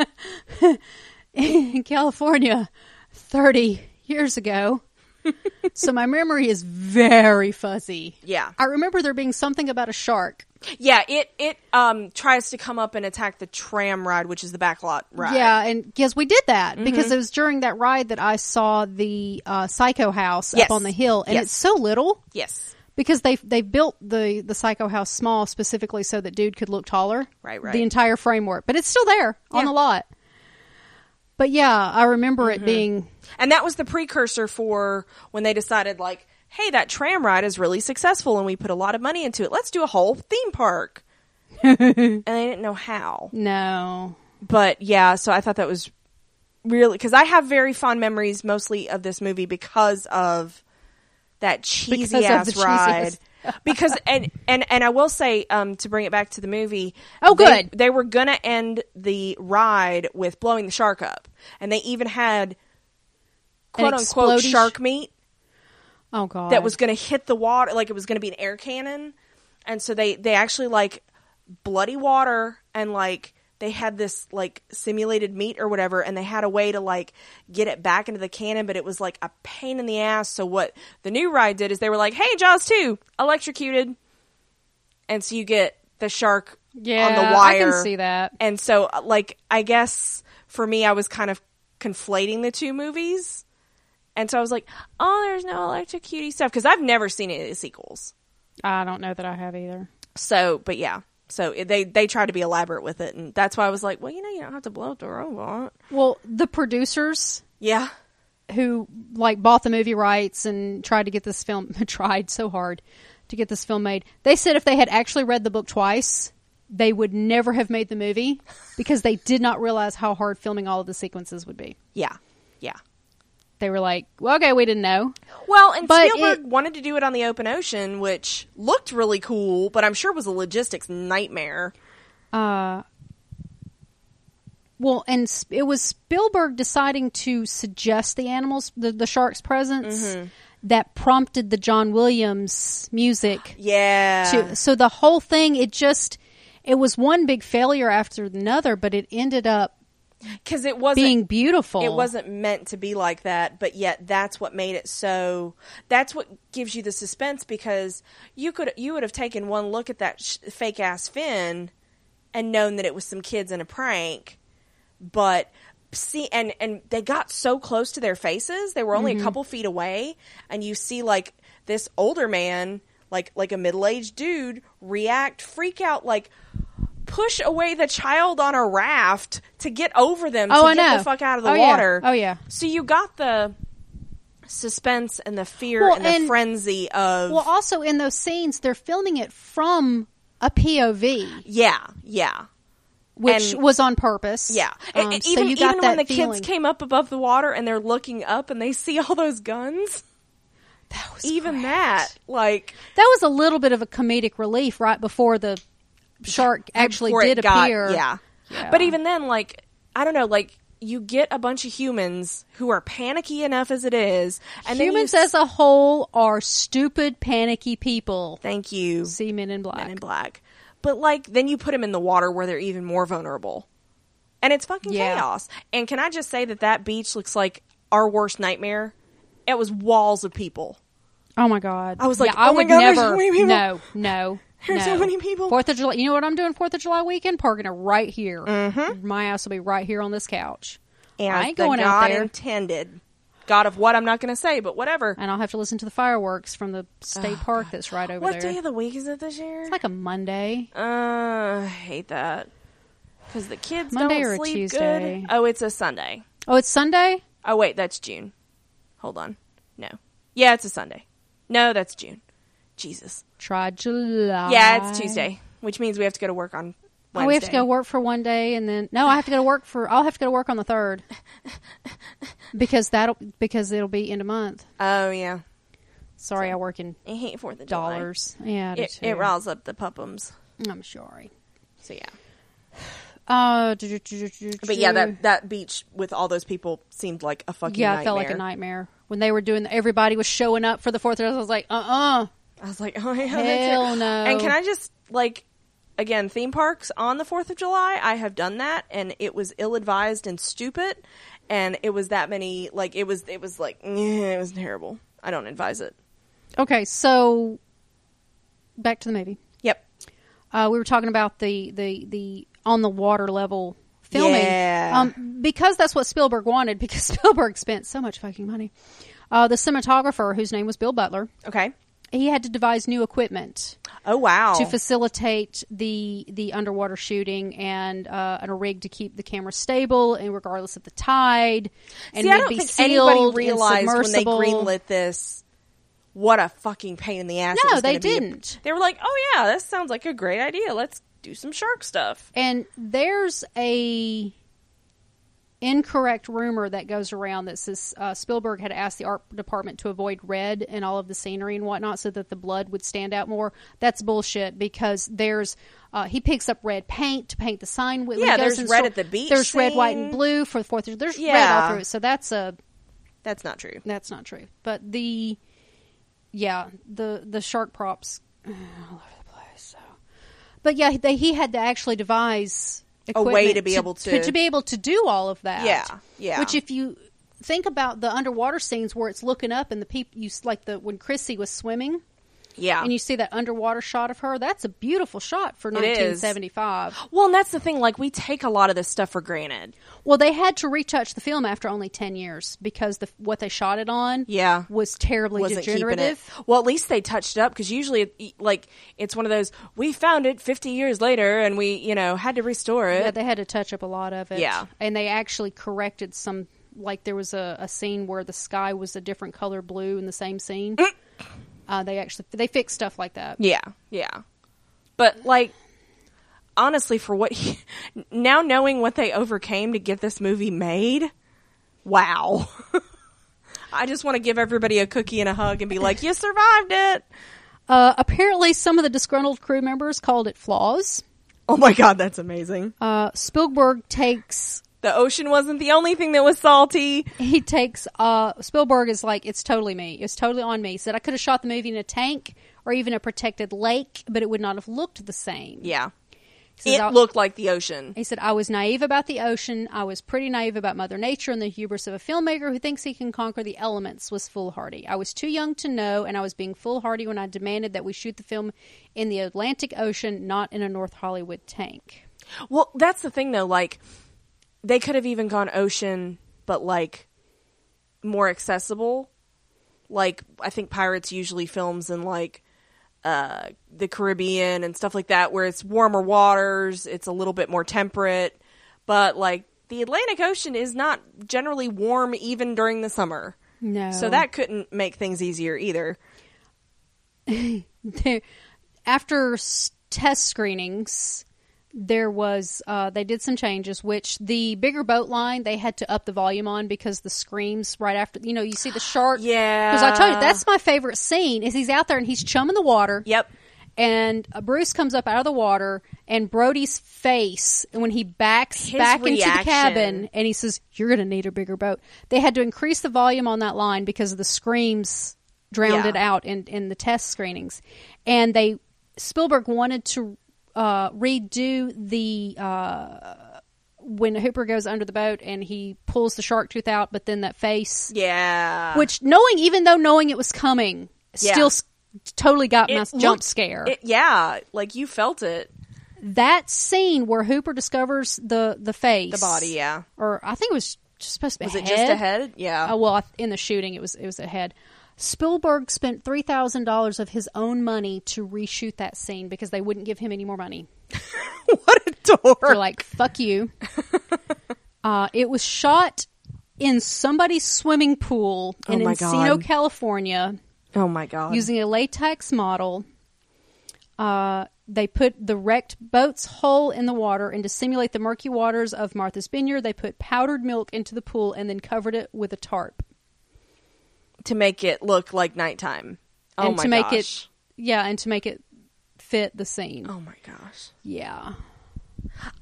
B: in California 30 years ago. so my memory is very fuzzy.
A: Yeah.
B: I remember there being something about a shark.
A: Yeah, it it um tries to come up and attack the tram ride, which is the backlot ride.
B: Yeah, and yes, we did that
A: Mm-hmm.
B: because it was during that ride that I saw the uh, Psycho House
A: Yes.
B: up on the hill, and
A: Yes.
B: it's so little
A: Yes.
B: because they they built the the Psycho House small specifically so that dude could look taller.
A: Right, right.
B: The entire framework, but it's still there on
A: Yeah.
B: the lot. But yeah, I remember it
A: Mm-hmm.
B: being
A: And that was the precursor for when they decided like, hey, that tram ride is really successful and we put a lot of money into it. Let's do a whole theme park. and they didn't know how.
B: no.
A: But yeah, so I thought that was really cuz I have very fond memories mostly of this movie because of that cheesy
B: Because of
A: ass
B: the cheesiest.
A: ride. because and and and I will say um to bring it back to the movie.
B: Oh,
A: they-
B: good.
A: They, were gonna end the ride with blowing the shark up, and they even had quote unquote
B: explodey-
A: shark meat
B: Oh god,
A: that was gonna hit the water, like it was gonna be an air cannon. And so they they actually like bloody water and like they had this like simulated meat or whatever and they had a way to like get it back into the cannon but it was like a pain in the ass so what the new ride did is they were like hey jaws 2 electrocuted and so you get the shark
B: yeah.
A: on the wire
B: I can see that.
A: and so uh, like i guess for me i was kind of conflating the two movies and so i was like oh there's no electric cutie stuff because i've never seen any of the sequels
B: I don't know that I have either.
A: so but yeah So it, they they try to be elaborate with it, and that's why I was like, well, you know, you don't have to blow up the robot.
B: Well, the producers
A: Yeah,
B: who like bought the movie rights and tried to get this film tried so hard to get this film made. They said if they had actually read the book twice, they would never have made the movie because they did not realize how hard filming all of the sequences would be.
A: yeah, yeah.
B: They were like, "Well, okay, we didn't know."
A: Well, and
B: But
A: Spielberg
B: it-
A: wanted to do it on the open ocean, which looked really cool, but I'm sure was a logistics nightmare.
B: Well, and sp- it was Spielberg deciding to suggest the animals, the, the shark's presence, that prompted the John Williams music.
A: Yeah.
B: to, so the whole thing, it just, it was one big failure after another, but it ended up
A: Because it wasn't
B: being beautiful.
A: it wasn't meant to be like that, but yet that's what made it so. That's what gives you the suspense because you could you would have taken one look at that sh- fake ass fin and known that it was some kids in a prank, but see and and they got so close to their faces they were only
B: Mm-hmm.
A: a couple feet away and you see like this older man like like a middle-aged dude react freak out like push away the child on a raft to get over them
B: Oh,
A: to
B: I
A: get
B: know.
A: the fuck out of the
B: Oh, yeah.
A: water
B: Oh, yeah.
A: so you got the suspense and the fear
B: Well,
A: and the
B: and-
A: frenzy of
B: Well, also in those scenes, they're filming it from a POV,
A: yeah yeah
B: which
A: And-
B: was on purpose.
A: Yeah,
B: Um,
A: And- and
B: so
A: even
B: you got
A: even when
B: that
A: the
B: feeling.
A: kids came up above the water and they're looking up and they see all those guns,
B: that was
A: even
B: great.
A: that, like
B: That was a little bit of a comedic relief right before the shark actually
A: before it
B: did
A: got-
B: appear.
A: yeah.
B: Yeah.
A: But even then, like I don't know, like you get a bunch of humans who are panicky enough as it is, and
B: humans
A: then you, s-
B: as a whole are stupid, panicky people.
A: thank you,
B: See men in black.
A: Men in black. But like then you put them in the water where they're even more vulnerable, and it's fucking
B: Yeah.
A: chaos. And can I just say that that beach looks like our worst nightmare? It was walls of people.
B: Oh my god!
A: I was like,
B: Yeah, I
A: oh my
B: would
A: God, there's
B: never.
A: so many people.
B: No, no,
A: There's so
B: no.
A: many people.
B: Fourth of July. You know what I'm doing? Fourth of July weekend, parking it right here. Mm-hmm. My ass will be right here on this couch.
A: And
B: I ain't
A: the
B: going
A: God
B: out there,
A: intended. God of what I'm not going to say, but whatever.
B: and I'll have to listen to the fireworks from the state park that's right over
A: Oh, What
B: there.
A: day of the week is it this year?
B: It's like a Monday.
A: uh, I hate that because the kids
B: Monday
A: don't
B: or a
A: sleep
B: Tuesday?
A: good. Oh, it's a Sunday.
B: Oh, it's Sunday.
A: Oh wait, that's June. Hold on. No. Yeah, it's a Sunday. No, that's June. Jesus.
B: Try July.
A: Yeah, it's Tuesday, which means we have to go to work on Wednesday.
B: Oh, we have to go work for one day, and then no, I have to go to work for. I'll have to go to work on the third because that'll because it'll be end of month.
A: Oh yeah.
B: Sorry, I work in
A: I hate Fourth of July.
B: dollars. Yeah, I do
A: It,
B: too.
A: it riles up the puppums.
B: I'm sorry.
A: So yeah.
B: Uh,
A: But yeah, that that beach with all those people seemed like a fucking
B: yeah,
A: nightmare.
B: it felt like a nightmare when they were doing. The, everybody was showing up for the fourth. I was like, uh, uh
A: I was like, oh yeah, that's
B: Hell
A: it.
B: no.
A: And can I just like again theme parks on the Fourth of July? I have done that, and it was ill advised and stupid, and it was that many like it was it was like yeah, it was terrible. I don't advise it.
B: Okay, so back to the movie.
A: Yep.
B: Uh, we were talking about the the the on the water level filming,
A: Yeah.
B: um, because that's what Spielberg wanted. Because Spielberg spent so much fucking money. Uh, the cinematographer, whose name was Bill Butler,
A: Okay.
B: he had to devise new equipment
A: Oh wow.
B: to facilitate the the underwater shooting and uh, and a rig to keep the camera stable and regardless of the tide. And
A: See, I
B: would
A: don't
B: be
A: think
B: sealed
A: anybody
B: and
A: realized when they
B: submersible.
A: greenlit this what a fucking pain in the ass. it
B: No,
A: was
B: they
A: gonna be.
B: didn't.
A: They were like, "Oh yeah, this sounds like a great idea. Let's do some shark stuff."
B: And there's a incorrect rumor that goes around that says uh, Spielberg had asked the art department to avoid red and all of the scenery and whatnot so that the blood would stand out more. That's bullshit because there's uh, he picks up red paint to paint the sign. with.
A: Yeah,
B: he goes
A: there's
B: in
A: red
B: store-
A: at the beach
B: There's red, white,
A: scene.
B: and blue for the fourth. of- There's red all
A: Yeah.
B: through it. So that's a
A: That's not true.
B: that's not true. But the yeah, the the shark props uh, all over the place. So, but yeah, they, he had to actually devise
A: A way to
B: equipment
A: be able
B: to
A: to-
B: be able to do all of that.
A: Yeah, yeah.
B: Which if you think about the underwater scenes where it's looking up and the people you s- like the when Chrissy was swimming
A: Yeah.
B: and you see that underwater shot of her. That's a beautiful shot for
A: It is.
B: 1975.
A: Well, and that's the thing. Like, we take a lot of this stuff for granted.
B: Well, they had to retouch the film after only 10 years because the what they shot it on
A: Yeah.
B: was terribly
A: Wasn't keeping it.
B: degenerative.
A: Well, at least they touched it up because usually, it, like, it's one of those we found it 50 years later and we, you know, had to restore
B: Yeah,
A: it.
B: they had to touch up a lot of it.
A: Yeah.
B: And they actually corrected some like there was a, a scene where the sky was a different color blue in the same scene. uh, they actually they fixed stuff like that.
A: Yeah, yeah. But like honestly for what he, now knowing what they overcame to get this movie made, wow. I just want to give everybody a cookie and a hug and be like, "You survived it."
B: Uh, apparently some of the disgruntled crew members called it flaws.
A: Oh my god, that's amazing.
B: Uh, Spielberg takes
A: The ocean wasn't the only thing that was salty.
B: he takes uh Spielberg is like it's totally me. It's totally on me. He said I could have shot the movie in a tank or even a protected lake, but it would not have looked the same.
A: Yeah.
B: He says,
A: It
B: "I'll-"
A: looked like the ocean.
B: He said I was naive about the ocean. I was pretty naive about Mother Nature and the hubris of a filmmaker who thinks he can conquer the elements was foolhardy. I was too young to know, and I was being foolhardy when I demanded that we shoot the film in the Atlantic Ocean, not in a North Hollywood tank.
A: Well, that's the thing though, like they could have even gone ocean but like more accessible. Like I think pirates usually films in like uh the Caribbean and stuff like that where it's warmer waters, it's a little bit more temperate, but like the Atlantic Ocean is not generally warm even during the summer.
B: No.
A: So that couldn't make things easier either.
B: there, after s- test screenings, there was uh, they did some changes. Which the bigger boat line they had to up the volume on because the screams right after you know you see the shark.
A: Yeah.
B: because I told you that's my favorite scene is he's out there and he's chumming the water.
A: Yep.
B: And uh, Bruce comes up out of the water, and Brody's face when he backs
A: His
B: back into the
A: reaction.
B: cabin, and he says, "You're going to need a bigger boat." They had to increase the volume on that line because of the screams drowned
A: Yeah.
B: it out in, in the test screenings, and they Spielberg wanted to uh, redo the uh, when Hooper goes under the boat and he pulls the shark tooth out, but then that face,
A: Yeah.
B: which knowing even though knowing it was coming,
A: Yeah.
B: still s- totally got my
A: It
B: jump
A: looked-
B: scare
A: It- yeah, like you felt it.
B: that scene where Hooper discovers the the face,
A: The body, yeah.
B: or I think it was just supposed to be
A: Was
B: a
A: it
B: head.
A: just a head? Yeah.
B: Oh well, I- in the shooting, it was it was a head. Spielberg spent three thousand dollars of his own money to reshoot that scene because they wouldn't give him any more money.
A: what a dork.
B: They're like, "Fuck you." uh, it was shot in somebody's swimming pool in
A: Oh my
B: Encino,
A: God.
B: California,
A: oh my god.
B: using a latex model. Uh, they put the wrecked boat's hull in the water, and to simulate the murky waters of Martha's Vineyard, they put powdered milk into the pool and then covered it with a tarp.
A: to make it look like nighttime. Oh
B: and
A: my
B: to make
A: gosh.
B: it, yeah, and to make it fit the scene.
A: Oh my gosh.
B: Yeah,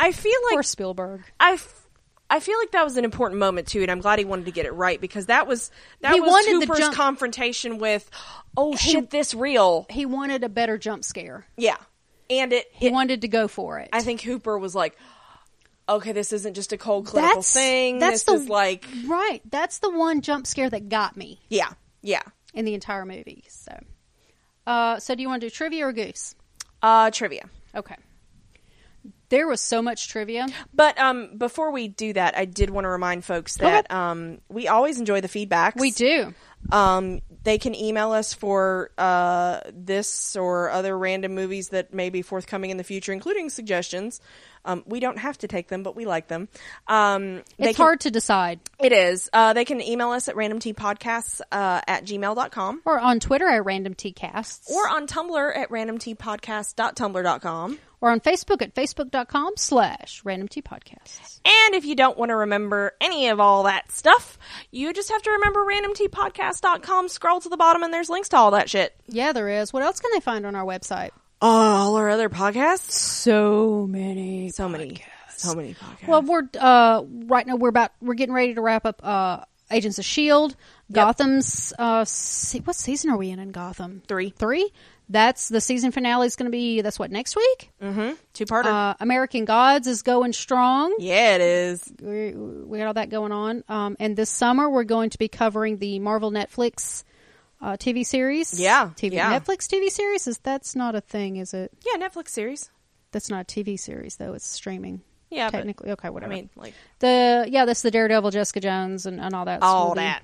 A: I feel
B: poor
A: like
B: Spielberg.
A: I, f- I feel like that was an important moment too, and I'm glad he wanted to get it right because that was that
B: He
A: was
B: wanted the
A: Hooper's
B: jump-
A: confrontation with, oh shit, this real,
B: He wanted a better jump scare.
A: yeah, and it,
B: He
A: it.
B: wanted to go for it.
A: I think Hooper was like, okay, this isn't just a cold clinical thing. this
B: that's the-
A: is like,
B: right. That's the one jump scare that got me
A: yeah, yeah.
B: in the entire movie. So, uh, so do you want to do trivia or goose?
A: Uh, trivia.
B: Okay. There was so much trivia.
A: But um, before we do that, I did want to remind folks that um, we always enjoy the feedbacks.
B: We do.
A: Um, they can email us for uh, this or other random movies that may be forthcoming in the future, including suggestions. Um, we don't have to take them, but we like them. Um, they
B: It's
A: can-
B: hard to decide.
A: It is. Uh, they can email us at randomtpodcasts uh, at gmail.com
B: Or on Twitter at Random Tea Casts.
A: or on Tumblr at randomtpodcast.tumblr.com.
B: or on Facebook at facebook.com slash Random Tea Podcasts.
A: And if you don't want to remember any of all that stuff, you just have to remember randomtpodcast.com, scroll to the bottom, and there's links to all that shit.
B: Yeah, there is. What else can they find on our website?
A: All our other podcasts.
B: So many.
A: So many, so many podcasts.
B: Well, we're uh, right now we're about we're getting ready to wrap up uh, Agents of Shield, Gotham's. Uh, se- what season are we in in Gotham?
A: Three.
B: Three. That's the season finale is going to be. That's what next week.
A: mm-hmm. two-parter.
B: Uh, American Gods is going strong.
A: yeah, it is.
B: we, we got all that going on. Um, and this summer, we're going to be covering the Marvel Netflix uh, TV series.
A: Yeah,
B: TV
A: yeah.
B: Netflix TV series is that's not a thing, is it?
A: Yeah, Netflix series.
B: That's not a TV series though. It's streaming.
A: Yeah, but-
B: technically. okay,
A: I
B: whatever.
A: mean, like
B: the yeah, that's the Daredevil, Jessica Jones, and, and all that. So
A: all
B: we'll be
A: that.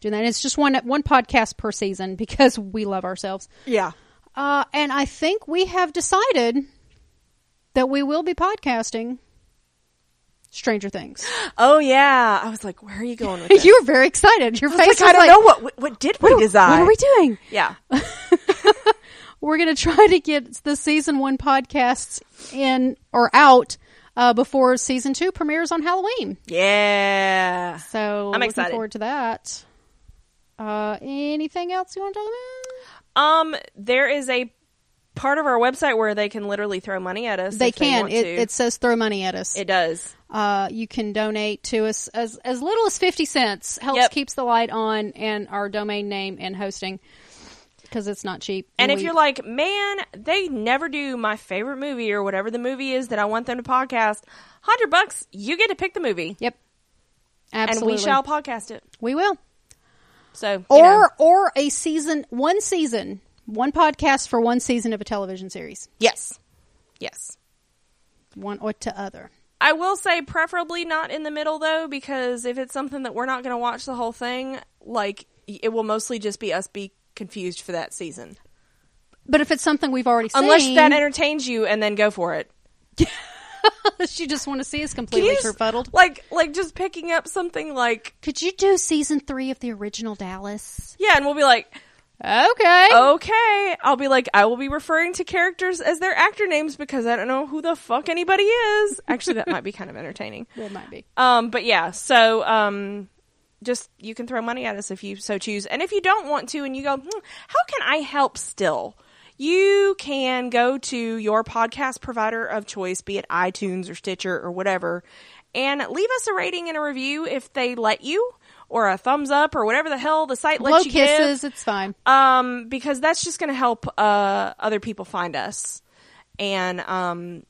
B: Doing that. And it's just one one podcast per season because we love ourselves.
A: Yeah.
B: Uh, and I think we have decided that we will be podcasting Stranger Things.
A: Oh yeah. I was like, where are you going with this?
B: you were very excited. Your
A: I was
B: face
A: like, I
B: was
A: don't
B: like,
A: know what what did we
B: what, are-
A: design.
B: what are we doing?
A: yeah.
B: We're going to try to get the season one podcasts in or out uh, before season two premieres on Halloween.
A: Yeah.
B: So looking
A: excited.
B: forward to that. Uh, anything else you want to talk about?
A: Um, there is a part of our website where they can literally throw money at us.
B: They
A: if
B: can.
A: want
B: it,
A: to.
B: it says throw money at us.
A: it does.
B: Uh, you can donate to us as as little as fifty cents. Helps
A: Yep.
B: keeps the light on and our domain name and hosting because it's not cheap.
A: And if
B: we-
A: you're like, man, they never do my favorite movie or whatever the movie is that I want them to podcast, hundred bucks, you get to pick the movie,
B: yep, absolutely,
A: and we shall podcast it.
B: we will.
A: So you
B: Or
A: know.
B: or a season, one season, one podcast for one season of a television series,
A: yes, yes.
B: one or to other.
A: I will say preferably not in the middle though, because if it's something that we're not going to watch the whole thing, like y- it will mostly just be us be confused for that season.
B: But if it's something we've already seen,
A: Unless that entertains you, and then go for it.
B: unless you just want to see us
A: Can you
B: completely
A: just-
B: kerfuddled.
A: Like, like just picking up something like,
B: Could you do season three of the original Dallas?
A: yeah, and we'll be like,
B: Okay.
A: Oh. okay. I'll be like, I will be referring to characters as their actor names because I don't know who the fuck anybody is. Actually, that might be kind of entertaining.
B: Well, it might be.
A: Um, but yeah, so um, just you can throw money at us if you so choose, and if you don't want to, and you go, hmm, how can I help? Still, you can go to your podcast provider of choice, be it iTunes or Stitcher or whatever, and leave us a rating and a review if they let you, or a thumbs up or whatever the hell the site lets
B: Blow
A: you give
B: kisses. It's fine.
A: um, because that's just going to help uh, other people find us. And um,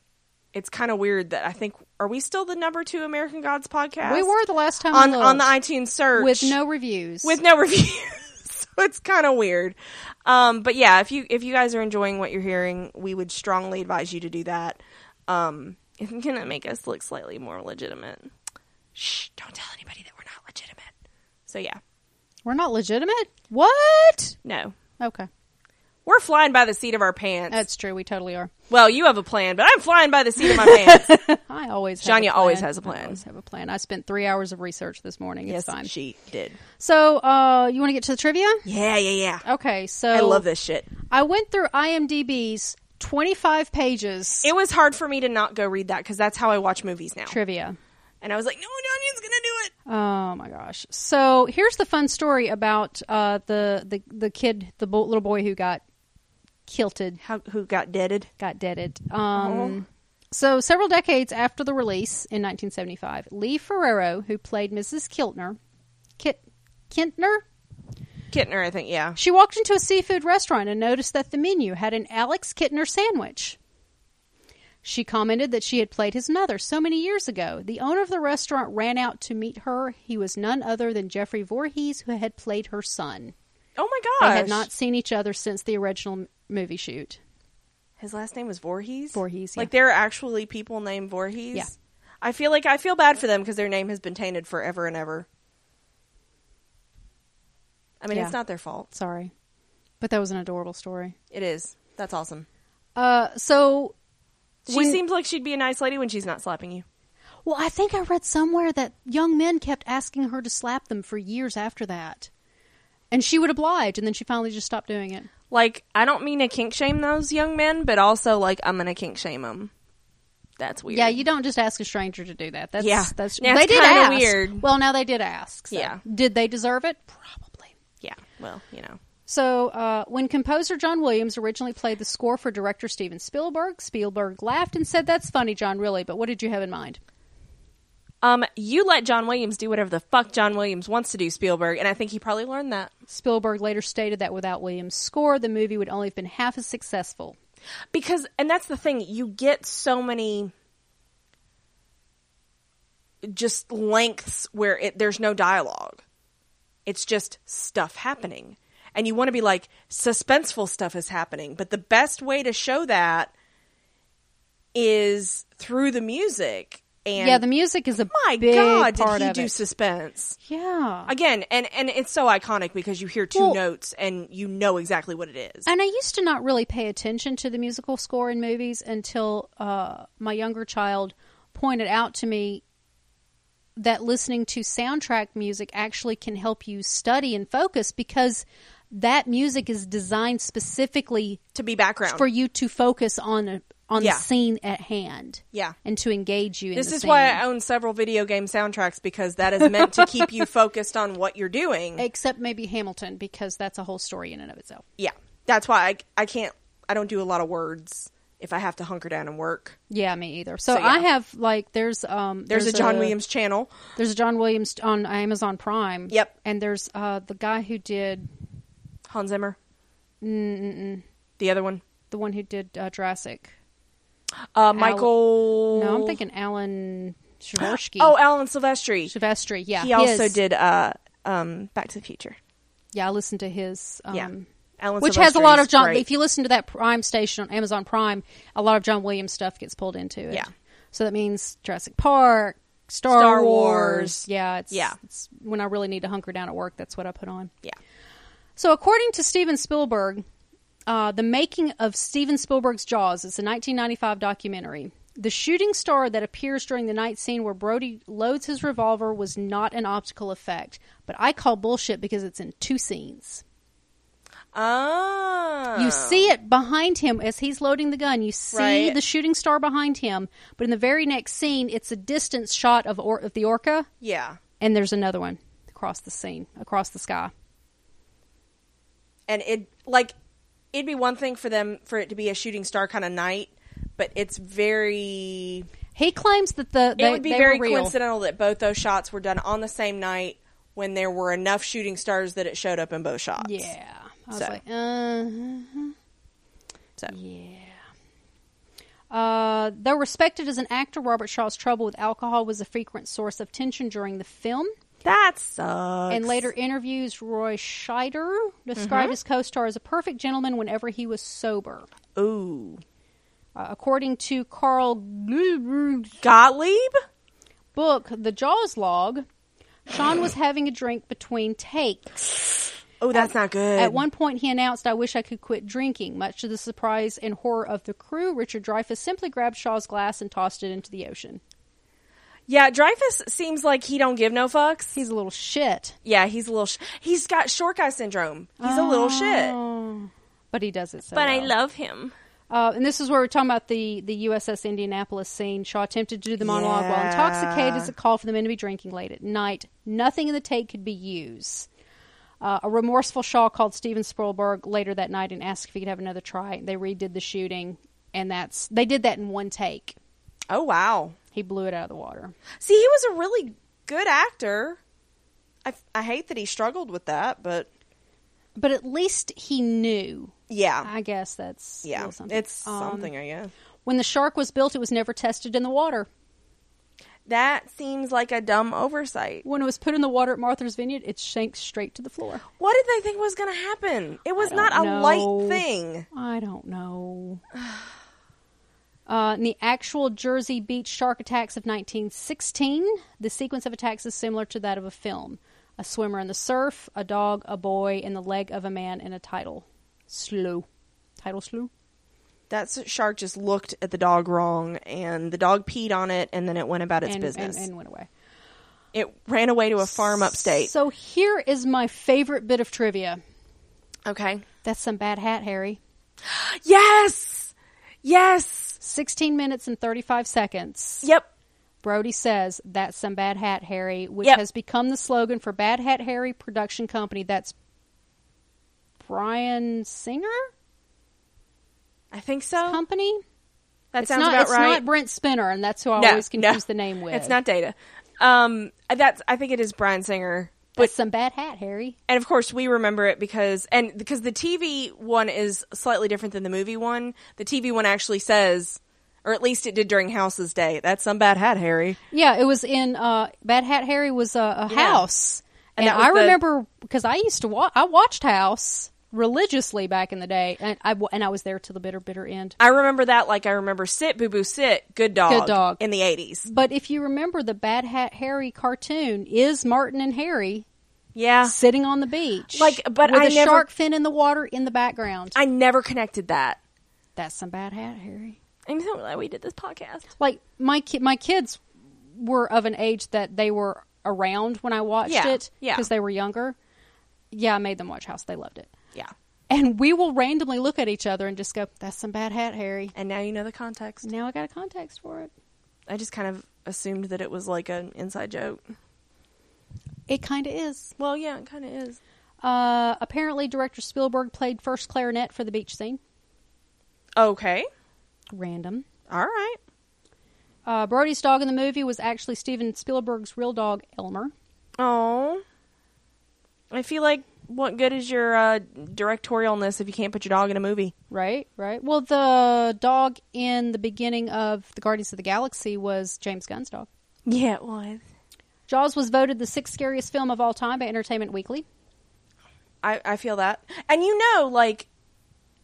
A: it's kind of weird that I think are we still the number two American Gods podcast?
B: We were the last time
A: on
B: we
A: on the
B: looked,
A: iTunes search
B: with no reviews.
A: with no reviews. so it's kind of weird. Um, but yeah, if you if you guys are enjoying what you're hearing, we would strongly advise you to do that. Um, it's going to make us look slightly more legitimate. Shh! Don't tell anybody that we're not legitimate. So yeah,
B: we're not legitimate. What?
A: no.
B: Okay,
A: We're flying by the seat of our pants.
B: that's true. We totally are.
A: Well, you have a plan, but I'm flying by the seat of my pants.
B: I always. have
A: Shania
B: a plan.
A: always has a
B: I
A: plan.
B: always have a plan. I spent three hours of research this morning. It's fine.
A: she did.
B: So, uh, you want to get to the trivia?
A: Yeah, yeah, yeah.
B: Okay, so
A: I love this shit.
B: I went through IMDb's twenty-five pages
A: It was hard for me to not go read that because that's how I watch movies now.
B: trivia.
A: And I was like, no, Daniel's gonna do it.
B: Oh my gosh! So here's the fun story about uh, the the the kid, the bo- little boy who got kilted,
A: How, who got deaded?
B: got deaded.
A: Oh.
B: Um, so several decades after the release in 1975, Lee Ferrero, who played Mrs. Kiltner, Kit Kintner,
A: Kittner, I think. Yeah.
B: she walked into a seafood restaurant and noticed that the menu had an Alex Kittner sandwich. She commented that she had played his mother so many years ago. The owner of the restaurant ran out to meet her. He was none other than Jeffrey Voorhees, who had played her son.
A: Oh my
B: They
A: gosh.
B: had not seen each other since the original m- movie shoot.
A: His last name was Voorhees.
B: Voorhees, yeah.
A: Like there are actually people named Voorhees.
B: Yeah.
A: I feel like I feel bad for them because their name has been tainted forever and ever. I mean,
B: Yeah.
A: it's not their fault.
B: Sorry. But that was an adorable story.
A: It is. That's awesome.
B: Uh, so
A: She
B: When-
A: seems like she'd be a nice lady when she's not slapping you.
B: Well, I think I read somewhere that young men kept asking her to slap them for years after that. And she would oblige, and then she finally just stopped doing it.
A: Like, I don't mean to kink shame those young men, but also like I'm gonna kink shame them. That's weird.
B: Yeah, you don't just ask a stranger to do that. That's
A: Yeah.
B: that's
A: Now,
B: they
A: it's
B: did
A: kinda
B: ask.
A: weird.
B: Well, now they did ask. so.
A: Yeah.
B: Did they deserve it? Probably.
A: yeah. Well, you know.
B: So, uh, when composer John Williams originally played the score for director Steven Spielberg, Spielberg laughed and said, "That's funny, John, really, but what did you have in mind?"
A: Um, you let John Williams do whatever the fuck John Williams wants to do, Spielberg, and I think he probably learned that
B: Spielberg later stated that without Williams' score, the movie would only have been half as successful.
A: because, and that's the thing, you get so many just lengths where it, there's no dialogue. It's just stuff happening, and you want to be like suspenseful stuff is happening, but the best way to show that is through the music. And
B: yeah, the music is a
A: my
B: big
A: god,
B: part
A: did he
B: of
A: do
B: it.
A: suspense?
B: yeah.
A: Again, and and it's so iconic because you hear two
B: Well-
A: notes and you know exactly what it is.
B: And I used to not really pay attention to the musical score in movies until uh, my younger child pointed out to me that listening to soundtrack music actually can help you study and focus because that music is designed specifically
A: to be background.
B: for you to focus on a, on
A: Yeah.
B: the scene at hand
A: yeah.
B: and to engage you in
A: This
B: the
A: is
B: scene.
A: why I own several video game soundtracks because that is meant to keep you focused on what you're doing.
B: except maybe Hamilton because that's a whole story in and of itself.
A: yeah. That's why I I can't I don't do a lot of words if I have to hunker down and work.
B: Yeah, me either. So,
A: So, yeah.
B: I have like there's um
A: There's, a John Williams channel.
B: There's a John Williams on Amazon Prime.
A: Yep.
B: And there's uh, the guy who did
A: Hans Zimmer. The other one.
B: the one who did uh, Jurassic.
A: Uh, Michael
B: No, I'm thinking Alan Shavorsky.
A: Oh, Alan Silvestri.
B: Silvestri. Yeah,
A: he also
B: his.
A: did uh um Back to the Future.
B: Yeah, I listened to his. Um,
A: Yeah. Alan
B: which has a lot
A: Silvestri's
B: of John.
A: great.
B: If you listen to that Prime station on Amazon Prime, a lot of John Williams stuff gets pulled into it.
A: Yeah.
B: So that means Jurassic Park, Star,
A: Star Wars.
B: Wars. Yeah. It's,
A: Yeah.
B: It's when I really need to hunker down at work, that's what I put on.
A: Yeah.
B: So, according to Steven Spielberg, uh, the making of Steven Spielberg's Jaws is a 1995 documentary. The shooting star that appears during the night scene where Brody loads his revolver was not an optical effect, but I call bullshit because it's in two scenes.
A: Oh.
B: You see it behind him as he's loading the gun. You see
A: Right.
B: the shooting star behind him, but in the very next scene, it's a distance shot of, or- of the orca,
A: Yeah.
B: and there's another one across the scene, across the sky.
A: and it like it'd be one thing for them for it to be a shooting star kind of night but it's very
B: He claims that the they,
A: it would be
B: they
A: very
B: were real.
A: coincidental that both those shots were done on the same night when there were enough shooting stars that it showed up in both shots
B: Yeah. I was
A: So.
B: like, uh,
A: so
B: yeah. Uh, though respected as an actor, Robert Shaw's trouble with alcohol was a frequent source of tension during the film.
A: that sucks
B: In later interviews, Roy Scheider described his co-star as a perfect gentleman whenever he was sober.
A: ooh
B: Uh, according to Carl Gluber's
A: Gottlieb
B: book, The Jaws Log, Sean was having a drink between takes.
A: oh that's not good
B: At one point, he announced, I wish I could quit drinking. Much to the surprise and horror of the crew, Richard Dreyfuss simply grabbed Shaw's glass and tossed it into the ocean.
A: yeah Dreyfus seems like he don't give no fucks
B: He's a little shit,
A: yeah he's a little sh- he's got short guy syndrome he's a little
B: Oh.
A: shit
B: but he does it so
A: but I
B: well.
A: love him
B: Uh, and this is where we're talking about the, the USS Indianapolis scene. Shaw attempted to do the monologue while
A: Yeah.
B: intoxicated as a call for the men to be drinking late at night. Nothing in the take could be used. Uh, a remorseful Shaw called Steven Spielberg later that night and asked if he could have another try. They redid the shooting, and that's they did that in one take.
A: oh wow
B: He blew it out of the water.
A: See, he was a really good actor. I, I hate that he struggled with that, but
B: But at least he knew.
A: yeah,
B: I guess that's a
A: yeah,
B: little something.
A: it's
B: Um,
A: something. I guess
B: When the shark was built, it was never tested in the water.
A: that seems like a dumb oversight.
B: When it was put in the water at Martha's Vineyard, it sank straight to the floor.
A: What did they think was going to happen? It was
B: I
A: not a
B: don't know.
A: light thing.
B: I don't know. Uh, in the actual Jersey Beach shark attacks of 1916, the sequence of attacks is similar to that of a film a swimmer in the surf, a dog, a boy, and the leg of a man in a tidal slew. Tidal slew?
A: That s- shark just looked at the dog wrong, and the dog peed on it, and then it went about its
B: and,
A: business.
B: And, and went away.
A: it ran away to a farm upstate.
B: So here is my favorite bit of trivia.
A: okay.
B: That's some bad hat, Harry.
A: Yes. Yes.
B: 16 minutes and 35 seconds.
A: Yep.
B: Brody says, That's some bad hat, Harry, which
A: Yep.
B: has become the slogan for Bad Hat Harry Production Company. That's Brian Singer
A: I think so.
B: Company?
A: That
B: It's
A: sounds
B: not,
A: about
B: it's
A: right.
B: not Brent Spinner, and that's who I
A: No,
B: always
A: no.
B: confuse the name with.
A: It's not Data. Um, that's I think it is Brian Singer.
B: But some bad hat, Harry.
A: And of course, we remember it because and because the TV one is slightly different than the movie one. The TV one actually says, or at least it did during House's Day. That's some bad hat, Harry.
B: Yeah, it was in uh, Bad Hat Harry was a, a house, And,
A: that was
B: I
A: the-
B: remember because I used to watch. I watched House religiously back in the day, and I w- and I was there to the bitter, bitter end.
A: I remember that like I remember sit boo boo sit good dog
B: Good dog.
A: in the 80s.
B: But if you remember, the Bad Hat Harry cartoon is Martin and Harry
A: Yeah.
B: sitting on the beach,
A: Ah. Like, but
B: with
A: I
B: a
A: never-
B: shark fin in the water in the background.
A: I never connected that.
B: That's some Bad Hat Harry.
A: I'm so glad we did this podcast.
B: like my ki- my kids were of an age that they were around when I watched
A: Yeah,
B: it
A: yeah.
B: because they were younger. Yeah, I made them watch House. They loved it.
A: Yeah.
B: And we will randomly look at each other and just go, "That's some bad hat, Harry."
A: And now you know the context.
B: Now I got a context for it.
A: I just kind of assumed that it was like an inside joke.
B: It kind of is.
A: Well, yeah, it kind of is.
B: Uh, apparently, director Spielberg played first clarinet for the beach scene.
A: Okay.
B: Random.
A: All right.
B: Uh, Brody's dog in the movie was actually Steven Spielberg's real dog, Elmer.
A: Oh. I feel like what good is your uh, directorialness if you can't put your dog in a movie?
B: Right, right. Well, the dog in the beginning of the Guardians of the Galaxy was James Gunn's dog.
A: Yeah, it was.
B: Jaws was voted the sixth scariest film of all time by Entertainment Weekly.
A: I, I feel that. And you know, like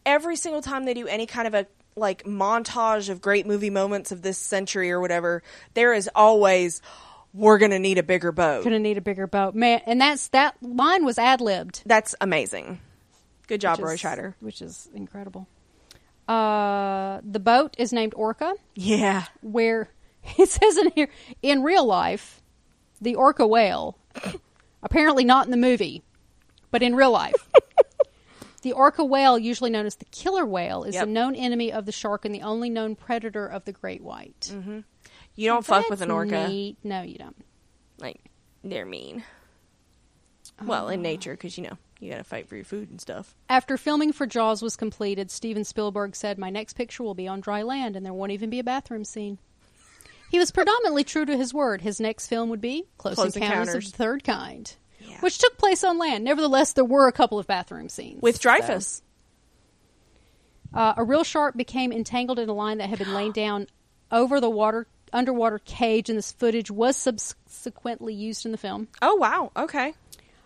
A: every single time they do any kind of a like montage of great movie moments of this century or whatever, there is always we're gonna need a bigger boat.
B: Gonna need a bigger boat, man. And that's that line was ad libbed.
A: That's amazing. Good job, Roy Scheider.
B: which is incredible. Uh, the boat is named Orca,
A: Yeah.
B: where it says in here in real life, the orca whale. apparently not in the movie, but in real life. The orca whale, usually known as the killer whale, is
A: Yep.
B: a known enemy of the shark and the only known predator of the great white.
A: You don't fuck Mm-hmm. with an
B: That's
A: orca.
B: neat. No, you don't.
A: Like they're mean. Well,
B: Oh.
A: in nature, because you know you gotta fight for your food and stuff.
B: After filming for Jaws was completed, Steven Spielberg said, My next picture will be on dry land and there won't even be a bathroom scene. He was predominantly true to his word. His next film would be Close,
A: Close
B: Encounters,
A: Encounters.
B: of the Third Kind,
A: Yeah.
B: which took place on land. Nevertheless, there were a couple of bathroom scenes.
A: With
B: so-
A: Dreyfus.
B: Uh, a real shark became entangled in a line that had been laid down over the water underwater cage, and this footage was subsequently used in the film.
A: Oh wow. Okay.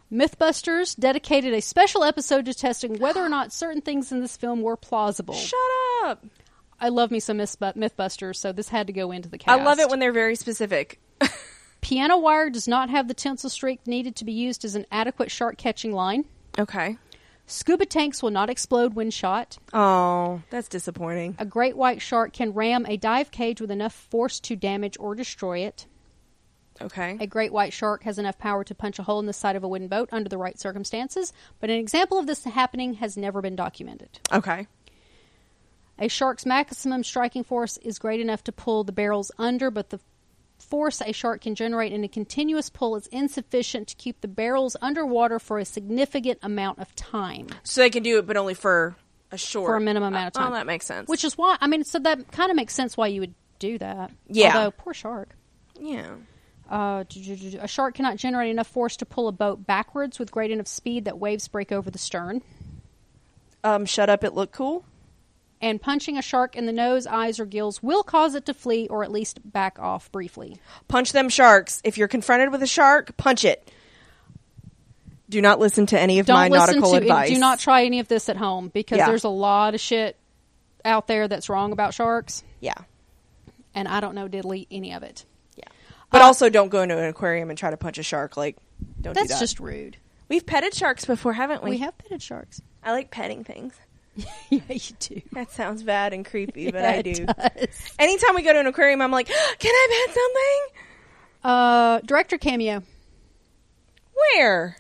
B: Mythbusters dedicated a special episode to testing whether or not certain things in this film were plausible.
A: Shut up.
B: I love me some Myth- Mythbusters, so this had to go into the
A: I
B: cast.
A: love it when they're very specific.
B: piano wire does not have the tensile strength needed to be used as an adequate shark catching line.
A: okay.
B: Scuba tanks will not explode when shot.
A: Oh, that's disappointing.
B: A great white shark can ram a dive cage with enough force to damage or destroy it.
A: Okay.
B: A great white shark has enough power to punch a hole in the side of a wooden boat under the right circumstances, but an example of this happening has never been documented.
A: Okay.
B: A shark's maximum striking force is great enough to pull the barrels under, but the force a shark can generate in a continuous pull is insufficient to keep the barrels underwater for a significant amount of time,
A: So they can do it, but only for a short
B: for a minimum amount of
A: Oh,
B: time.
A: that makes sense.
B: Which is why, I mean, so that kind of makes sense why you would do that.
A: Yeah.
B: Although, poor shark.
A: yeah.
B: Uh, d- d- d- a shark cannot generate enough force to pull a boat backwards with great enough speed that waves break over the stern.
A: Um, shut up. It looked cool.
B: And punching a shark in the nose, eyes, or gills will cause it to flee or at least back off briefly.
A: Punch them sharks. If you're confronted with a shark, punch it. Do not listen to any of my
B: don't listen
A: nautical
B: to
A: advice.
B: do not try any of this at home because
A: Yeah.
B: there's a lot of shit out there that's wrong about sharks
A: Yeah.
B: and i don't know diddly any of it
A: Yeah. Uh, But also, don't go into an aquarium and try to punch a shark. Like, don't do
B: that's
A: that.
B: just rude
A: We've petted sharks before, haven't we?
B: we have petted sharks
A: I like petting things.
B: yeah you do
A: That sounds bad and creepy, but
B: Yeah,
A: I
B: it
A: do.
B: does.
A: Anytime we go to an aquarium, I'm like, can I pet something?
B: uh director cameo
A: Where?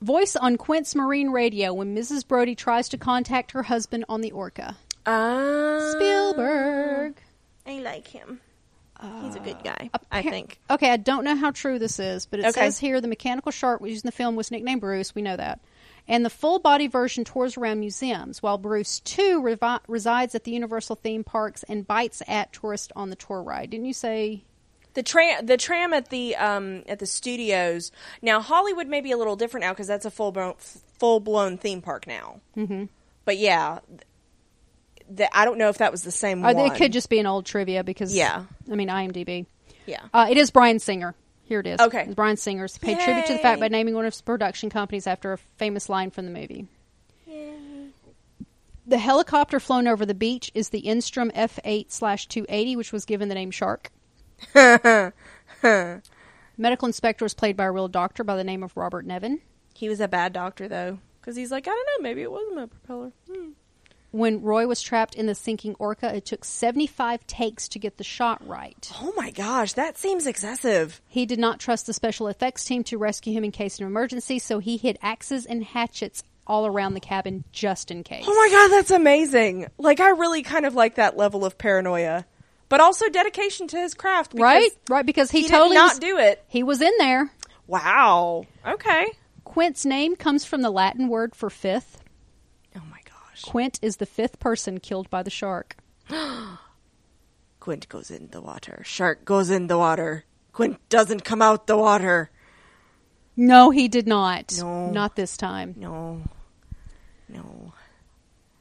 B: voice on quince marine radio when mrs brody tries to contact her husband on the orca
A: Uh,
B: spielberg
A: I like him. He's a
B: Uh,
A: good guy, I
B: Appar-
A: think.
B: Okay, I don't know how true this is, but it
A: Okay.
B: says here the mechanical shark used in the film was nicknamed Bruce. We know that. And the full body version tours around museums, while Bruce 2 revi- resides at the Universal theme parks and bites at tourists on the tour ride. Didn't you say?
A: The tram, the tram at the um, at the studios. Now Hollywood may be a little different now because that's a full blown full blown theme park now. Mm-hmm. But yeah, th- th- I don't know if that was the same.
B: Or
A: one.
B: it could just be an old trivia because,
A: Yeah.
B: I mean, IMDb.
A: yeah.
B: Uh, it Uh, is Brian Singer. Here it is.
A: Okay.
B: Brian Singer's paid tribute to the fact
A: Yay.
B: by naming one of his production companies after a famous line from the movie. The helicopter flown over the beach is the Instrom F8 slash 280, which was given the name Shark. Medical inspector was played by a real doctor by the name of Robert Nevin.
A: He was a bad doctor though, because he's like, I don't know, maybe it wasn't a propeller. Hmm.
B: When Roy was trapped in the sinking orca, it took 75 takes to get the shot right.
A: Oh my gosh, that seems excessive.
B: He did not trust the special effects team to rescue him in case of an emergency, so he hid axes and hatchets all around the cabin just in case.
A: Oh my god, that's amazing. Like I really kind of like that level of paranoia, but also dedication to his craft. because
B: right? Right, because he,
A: He,
B: totally
A: did not
B: was-
A: do it.
B: He was in there.
A: Wow. Okay.
B: Quint's name comes from the Latin word for fifth.
A: Oh my gosh.
B: Quint is the fifth person killed by the shark.
A: Quint goes in the water. Shark goes in the water. Quint doesn't come out the water.
B: No, he did not.
A: No.
B: Not this time.
A: No. No.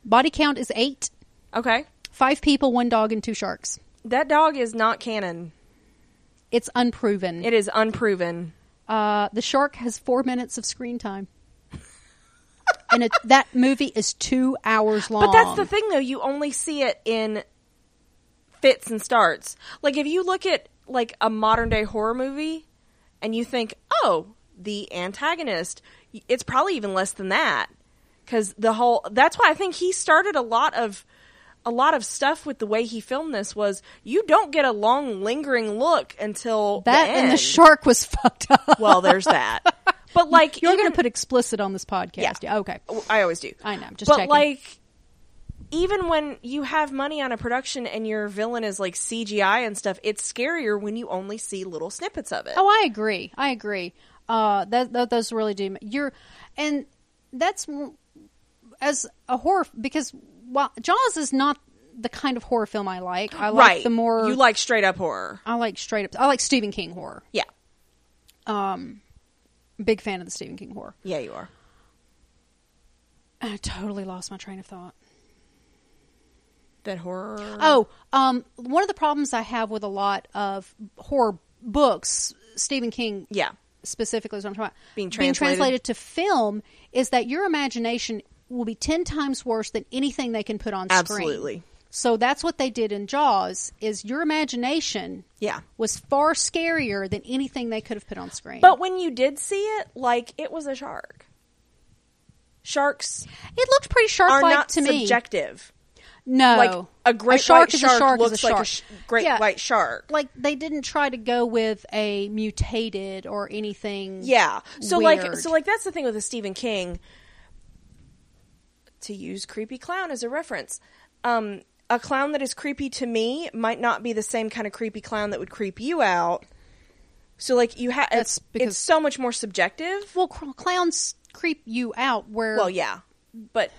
B: Body count is eight.
A: Okay.
B: Five people, one dog, and two sharks.
A: That dog is not canon.
B: It's unproven.
A: It is unproven.
B: Uh, the shark has four minutes of screen time. and it, that movie is two hours long.
A: But that's the thing, though. You only see it in fits and starts. Like if you look at like a modern day horror movie, and you think, oh, the antagonist, y- it's probably even less than that because the whole. That's why I think he started a lot of a lot of stuff with the way he filmed this was you don't get a long lingering look until
B: That
A: the
B: and the
A: end.
B: shark was fucked up.
A: Well, there's that. But like
B: You're going
A: even-
B: to put explicit on this podcast.
A: Yeah.
B: okay.
A: I always do.
B: I know, just
A: but
B: checking.
A: like, even when you have money on a production and your villain is like CGI and stuff, it's scarier when you only see little snippets of it.
B: Oh, I agree. I agree. Uh, that, that those really do. You're, and that's w- as a horror because while Jaws is not the kind of horror film I like. I like
A: right.
B: the more
A: you like straight up horror.
B: I like straight up. I like Stephen King horror.
A: Yeah,
B: Um, big fan of the Stephen King horror.
A: yeah, you are.
B: I totally lost my train of thought.
A: That horror.
B: Oh, um, one of the problems I have with a lot of horror books, Stephen King
A: yeah,
B: specifically is what I'm talking about.
A: Being
B: translated.
A: translated.
B: to film is that your imagination will be ten times worse than anything they can put on screen.
A: Absolutely.
B: So that's what they did in Jaws is your imagination
A: yeah.
B: was far scarier than anything they could have put on screen.
A: But when you did see it, like it was a shark. Sharks
B: it looked pretty
A: are
B: shark like
A: not
B: to me.
A: subjective.
B: no.
A: Like a great
B: shark
A: white
B: is
A: shark
B: a shark
A: looks
B: is a
A: like
B: shark.
A: a sh- great
B: Yeah.
A: white shark.
B: like they didn't try to go with a mutated or anything.
A: Yeah. So like
B: weird.
A: so like that's the thing with the Stephen King. To use creepy clown as a reference, um, a clown that is creepy to me might not be the same kind of creepy clown that would creep you out. So like you have
B: That's
A: it's,
B: because-
A: it's so much more subjective.
B: well, cl- clowns creep you out where
A: Well, yeah, but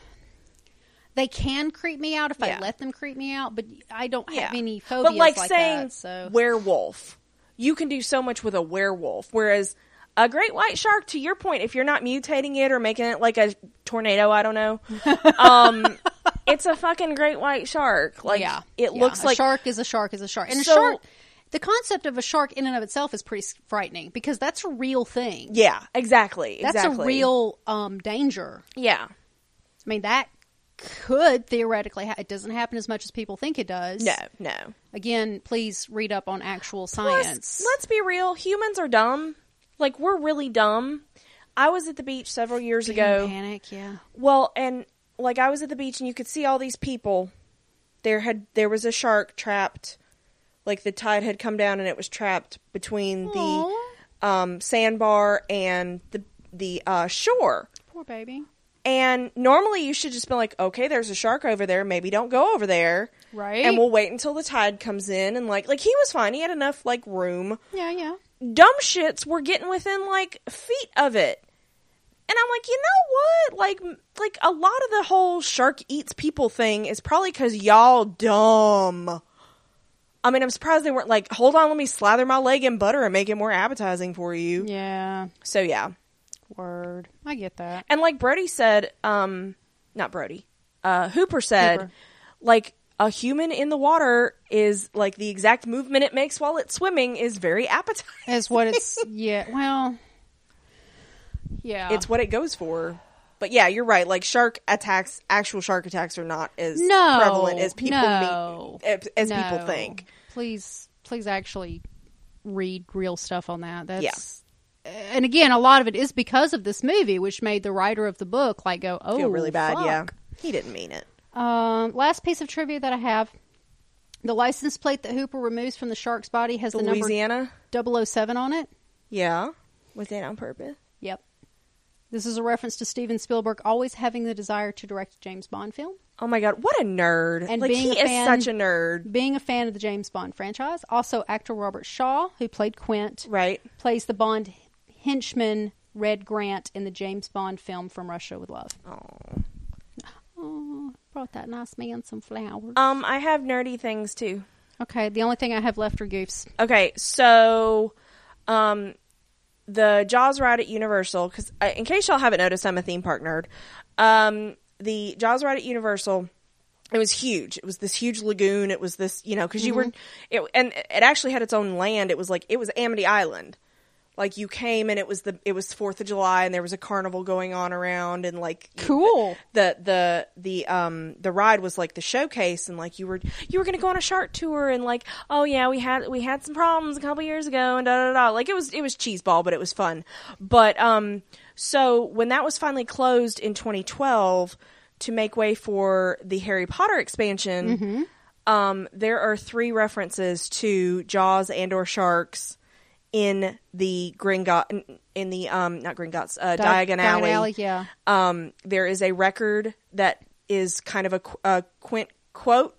B: they can creep me out if I
A: Yeah.
B: let them creep me out, but I don't
A: yeah,
B: have any phobias
A: but like,
B: like
A: saying
B: that. So
A: werewolf, you can do so much with a werewolf, whereas. A great white shark, to your point, if you're not mutating it or making it like a tornado, I don't know, um, it's a fucking great white shark. Like
B: yeah,
A: it
B: yeah.
A: looks
B: a
A: like
B: shark is a shark is a shark, and
A: So-
B: a shark. The concept of a shark in and of itself is pretty s- frightening because that's a real thing.
A: yeah, exactly,
B: that's
A: exactly.
B: a real um, danger.
A: yeah.
B: I mean, that could theoretically ha- it doesn't happen as much as people think it does.
A: No, no.
B: Again, please read up on actual
A: Plus,
B: science.
A: let's be real. Humans are dumb. Like we're really dumb. I was at the beach several years ago.
B: panic, yeah.
A: Well, and like I was at the beach and you could see all these people. There had there was a shark trapped. Like the tide had come down and it was trapped between
B: Aw.
A: the um, sandbar and the the uh, shore.
B: Poor baby.
A: And normally you should just be like, okay, there's a shark over there. Maybe don't go over there.
B: Right.
A: And we'll wait until the tide comes in and like like he was fine. He had enough like room.
B: Yeah, yeah.
A: Dumb shits were getting within like feet of it. And I'm like, you know what? Like like a lot of the whole shark eats people thing is probably cuz y'all dumb. I mean, I'm surprised they weren't like, hold on, let me slather my leg in butter and make it more appetizing for you.
B: Yeah.
A: So yeah.
B: Word. I get that.
A: And like Brody said, um, not Brody, uh, Hooper said,
B: Hooper.
A: like a human in the water is like the exact movement it makes while it's swimming is very appetizing.
B: Is what it's yeah. Well, yeah.
A: It's what it goes for. But yeah, you're right. Like shark attacks, actual shark attacks are not as
B: No,
A: prevalent as people
B: no,
A: mean, as, as
B: No.
A: people think.
B: Please, please actually read real stuff on that. That's and again, a lot of it is because of this movie, which made the writer of the book like go, oh,
A: Feel really bad. Yeah,
B: fuck.
A: he didn't mean it.
B: Um, last piece of trivia that I have. The license plate that Hooper removes from the shark's body has the,
A: Louisiana.
B: number 007 on it.
A: Yeah, was that on purpose?
B: Yep. This is a reference to Steven Spielberg always having the desire to direct a James Bond film.
A: Oh my god, what a nerd!
B: And
A: like
B: being
A: he
B: a
A: is
B: fan-
A: such a nerd,
B: Being a fan of the James Bond franchise, also actor Robert Shaw, who played Quint,
A: right?
B: plays the Bond henchman Red Grant in the James Bond film From Russia with Love.
A: Oh.
B: Oh, brought that nice man some flowers.
A: Um, I have nerdy things too.
B: okay, the only thing I have left are goofs.
A: Okay, so um, the Jaws ride at Universal, because uh, in case y'all haven't noticed, I'm a theme park nerd. Um, the Jaws ride at Universal, it was huge. It was this huge lagoon. It was this, you know, because you were, it, and it actually had its own land. It was like, it was Amity Island. Like you came and it was the it was Fourth of July and there was a carnival going on around and like you-
B: Cool.
A: the the the um the ride was like the showcase and like you were you were gonna go on a shark tour and like oh yeah we had we had some problems a couple years ago and da da da like it was it was cheeseball but it was fun but um so when that was finally closed in 2012 to make way for the Harry Potter expansion um there are three references to Jaws and or sharks in the Gringot in the um not Gringotts uh,
B: Di-
A: Diagon Alley
B: yeah.
A: um, there is a record that is kind of a, qu- a quint quote.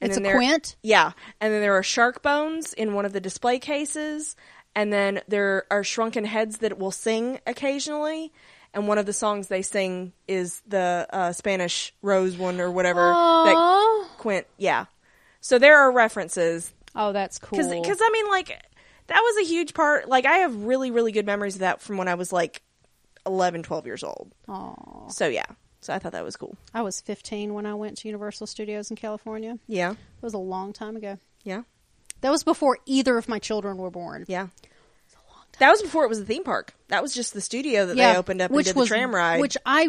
B: It's a
A: there-
B: quint?
A: Yeah. And then there are shark bones in one of the display cases. And then there are shrunken heads that will sing occasionally. And one of the songs they sing is the uh, Spanish Rose one or whatever. That
B: Aw.
A: quint, yeah. So there are references
B: Oh, that's cool.
A: because because I mean like that was a huge part like I have really really good memories of that from when I was like 11 12 years old.
B: Aw.
A: So yeah. So I thought that was cool.
B: I was 15 when I went to Universal Studios in California. It
A: Yeah.
B: was a long time ago.
A: Yeah.
B: That was before either of my children were born.
A: Yeah. That was before it was a theme park. That was just the studio that they opened up and did the tram ride.
B: Which I,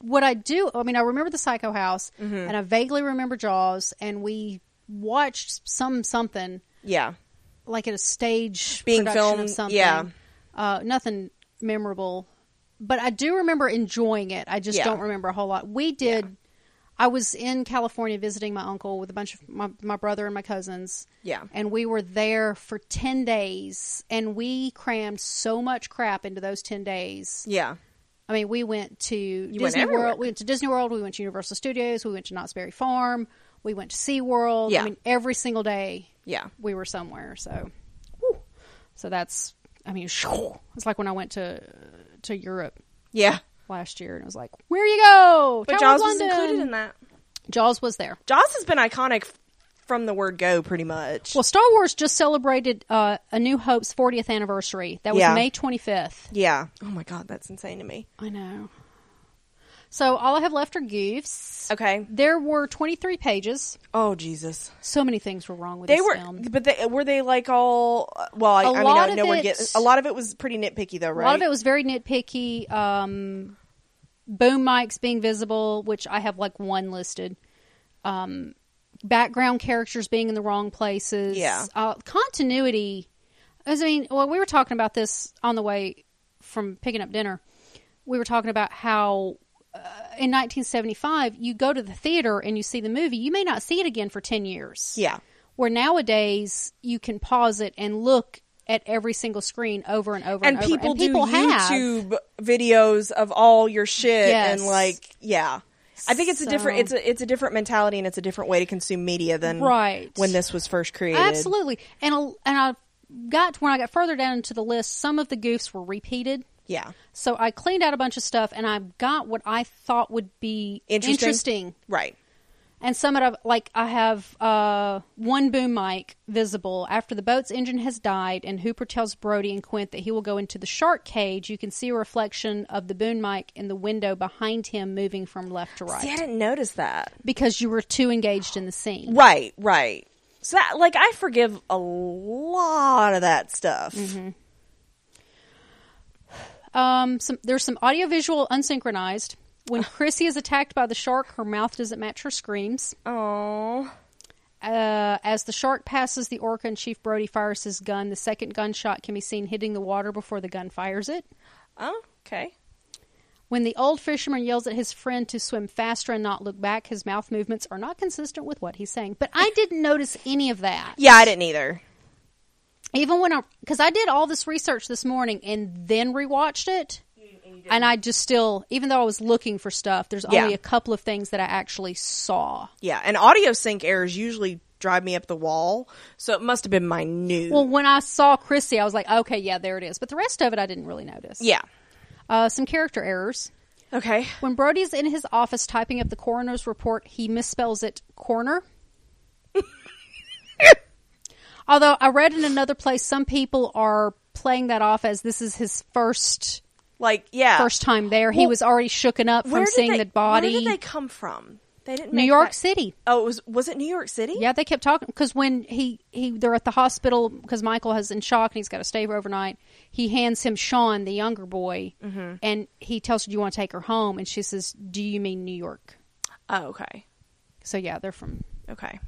B: what I do, I mean, I remember the Psycho House,
A: Mm-hmm.
B: and I vaguely remember Jaws, and we watched some something
A: yeah.
B: like at a stage
A: Being
B: production of
A: filmed,
B: something.
A: yeah.
B: uh, nothing memorable, but I do remember enjoying it. I just
A: Yeah.
B: don't remember a whole lot. We did. I was in California visiting my uncle with a bunch of my, my brother and my cousins.
A: Yeah.
B: And we were there for 10 days and we crammed so much crap into those 10 days.
A: Yeah.
B: I mean, we went to Disney
A: went everywhere.
B: World. We went to Disney World. We went to Universal Studios. We went to Knott's Berry Farm. We went to SeaWorld. I
A: Yeah.
B: mean, every single day
A: Yeah.
B: we were somewhere. So, whew. so that's, I mean, shoo. it's like when I went to to Europe
A: Yeah.
B: last year and it was like, where you go?
A: But
B: Tower
A: Jaws
B: of
A: was
B: London.
A: included in that.
B: Jaws was there.
A: Jaws has been iconic f- from the word go pretty much.
B: Well, Star Wars just celebrated uh, A New Hope's 40th anniversary. That was
A: Yeah.
B: May 25th.
A: yeah. Oh my god, that's insane to me.
B: I know. So all I have left are goofs.
A: Okay.
B: There were 23 pages.
A: Oh Jesus.
B: So many things were wrong with
A: They
B: this
A: were
B: film.
A: but they were they like all well, I,
B: A
A: I mean
B: lot
A: I
B: of
A: know we're
B: it-
A: getting a lot of it was pretty nitpicky though, right?
B: A lot of it was very nitpicky. Um, boom mics being visible, which I have like one listed. Um, background characters being in the wrong places.
A: Yeah.
B: Uh, continuity. I mean, well, we were talking about this on the way from picking up dinner. We were talking about how. uh, In 1975, you go to the theater and you see the movie. You may not see it again for 10 years.
A: Yeah.
B: Where nowadays you can pause it and look at every single screen over and over
A: and
B: and, over.
A: people
B: and
A: do
B: people have.
A: YouTube videos of all your shit
B: Yes.
A: and like yeah. I think it's a different
B: So-
A: it's a it's a different mentality and it's a different way to consume media than
B: Right.
A: when this was first created.
B: Absolutely. And a, and I got when I got further down into the list, some of the goofs were repeated.
A: Yeah.
B: So I cleaned out a bunch of stuff and I got what I thought would be
A: Interesting.
B: interesting
A: Right.
B: and some of like I have uh, one boom mic visible after the boat's engine has died, and Hooper tells Brody and Quint that he will go into the shark cage. You can see a reflection of the boom mic in the window behind him, moving from left to right,
A: See, I didn't notice that.
B: because you were too engaged in the scene.
A: Right, right. So that, like, I forgive a lot of that stuff.
B: Mm-hmm. Um, some, there's some audiovisual unsynchronized. When Chrissy is attacked by the shark, her mouth doesn't match her screams.
A: Oh,
B: Uh, as the shark passes the orca and Chief Brody fires his gun, the second gunshot can be seen hitting the water before the gun fires it.
A: oh, okay.
B: When the old fisherman yells at his friend to swim faster and not look back, his mouth movements are not consistent with what he's saying. But I didn't notice any of that.
A: Yeah, I didn't either.
B: Even when I, because I did all this research this morning and then rewatched it. And I just still, even though I was looking for stuff, there's
A: Yeah.
B: only a couple of things that I actually saw.
A: Yeah, and audio sync errors usually drive me up the wall, so it must have been my new.
B: Well, when I saw Chrissy, I was like, okay, yeah, there it is. But the rest of it, I didn't really notice.
A: yeah.
B: Uh, some character errors.
A: Okay.
B: When Brody's in his office typing up the coroner's report, he misspells it corner. Although I read in another place, some people are playing that off as this is his first
A: Like, yeah.
B: first time there.
A: Uh,
B: he
A: Well,
B: was already shooken up from
A: did
B: seeing
A: they-
B: the body.
A: Where did they come from? They didn't.
B: New
A: make
B: York
A: that-
B: City.
A: Oh, it was was it New York City?
B: Yeah, they kept talking because when he he they're at the hospital because Michael has in shock and he's got to stay overnight. He hands him Sean, the younger boy,
A: Mm-hmm.
B: and he tells her, "Do you want to take her home?" And she says, "Do you mean New York?"
A: Oh, okay.
B: So yeah, they're from.
A: Okay.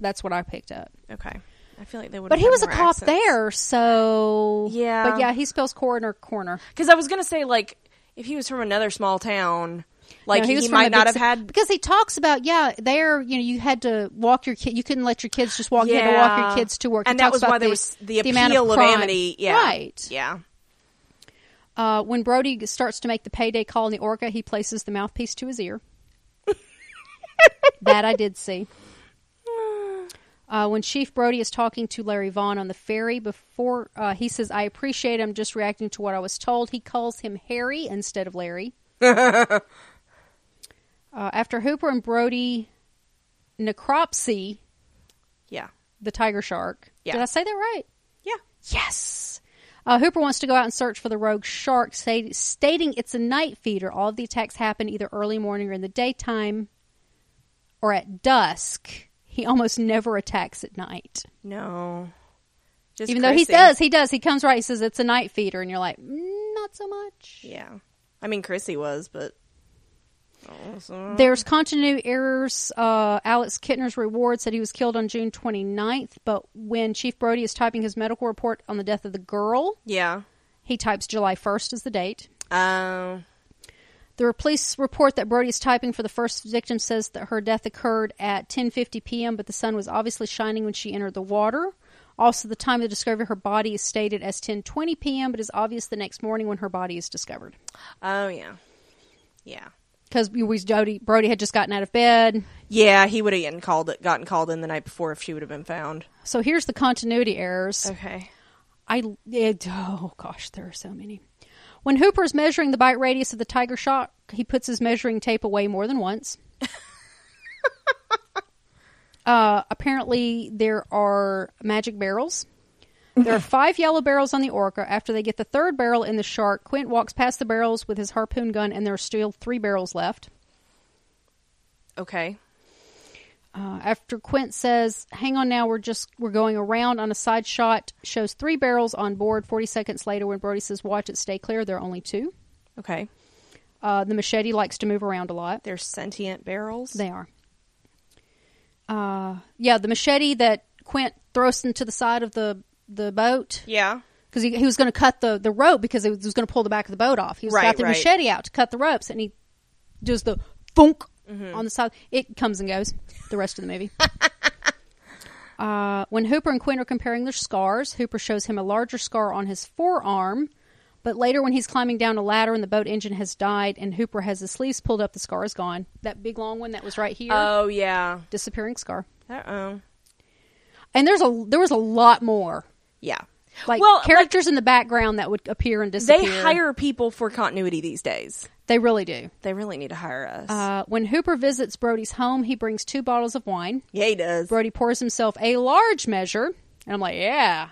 B: That's what I picked up.
A: Okay. I feel like they would.
B: But he was a cop there, so
A: Yeah.
B: But yeah, he spells coroner corner.
A: because I was gonna say like if he was from another small town, like
B: No,
A: he,
B: was from a
A: might
B: big
A: not have
B: ci-
A: had.
B: because he talks about yeah there you know you had to walk your kid you couldn't let your kids just walk you Oh, had to walk your
A: Yeah.
B: kids to work He
A: and that
B: talks
A: was
B: about
A: why there was the appeal
B: amount
A: of,
B: crime.
A: amity. Yeah.
B: right
A: Yeah.
B: Uh, when Brody starts to make the payday call in the orca, he places the mouthpiece to his ear. that I did see. Uh, when Chief Brody is talking to Larry Vaughn on the ferry, before uh, he says, "I appreciate. I'm just reacting to what I was told." He calls him Harry instead of Larry. uh, after Hooper and Brody necropsy
A: Yeah.
B: the tiger shark,
A: Yeah.
B: did I say that right?
A: Yeah.
B: Yes. Uh, Hooper wants to go out and search for the rogue shark, say, stating it's a night feeder. All of the attacks happen either early morning or in the daytime or at dusk. He almost never attacks at night.
A: No. Just
B: Even though he
A: Chrissy.
B: does, he does. He comes right, he says it's a night feeder, and you're like, "Mm, not so much.
A: Yeah. I mean, Chrissy was, but. Oh, so-
B: There's continuity errors. Uh, Alex Kittner's reward said he was killed on June 29th, but when Chief Brody is typing his medical report on the death of the girl,
A: Yeah.
B: he types July 1st as the date.
A: Um.
B: The police report that Brody is typing for the first victim says that her death occurred at 10:50 p.m., but the sun was obviously shining when she entered the water. Also, the time of the discovery of her body is stated as 10:20 p.m., but is obvious the next morning when her body is discovered.
A: Oh yeah. Yeah.
B: Because Brody, Brody had just gotten out of bed.
A: Yeah. He would have called it, gotten called in the night before if she would have been found.
B: So here's the continuity errors.
A: Okay.
B: I it, oh gosh, there are so many. When Hooper is measuring the bite radius of the tiger shark, he puts his measuring tape away more than once. uh, apparently, there are magic barrels. There are five yellow barrels on the orca. After they get the third barrel in the shark, Quint walks past the barrels with his harpoon gun, and there are still three barrels left.
A: Okay.
B: Uh, after Quint says, "Hang on, now we're just we're going around on a side shot," shows three barrels on board. Forty seconds later, when Brody says, "Watch it, stay clear," there are only two.
A: Okay.
B: Uh, the machete likes to move around a lot.
A: They're sentient barrels.
B: They are. Uh, yeah, the machete that Quint throws into the side of the the boat
A: yeah.
B: because he, he was going to cut the the rope because he was going to pull the back of the boat off. He was
A: Right,
B: got the
A: right.
B: machete out to cut the ropes, and he does the thunk
A: Mm-hmm.
B: on the side. It comes and goes. The rest of the movie. uh, when Hooper and Quinn are comparing their scars, Hooper shows him a larger scar on his forearm. But later, when he's climbing down a ladder and the boat engine has died, and Hooper has his sleeves pulled up, the scar is gone. That big long one that was right here,
A: Oh yeah.
B: disappearing scar.
A: Uh oh.
B: And there's a there was a lot more.
A: Yeah.
B: Like
A: Well, like-
B: characters in the background that would appear and disappear.
A: They hire people for continuity these days.
B: They really do.
A: They really need to hire us.
B: Uh, when Hooper visits Brody's home, he brings two bottles of wine.
A: yeah, he does.
B: Brody pours himself a large measure, and I'm like, yeah.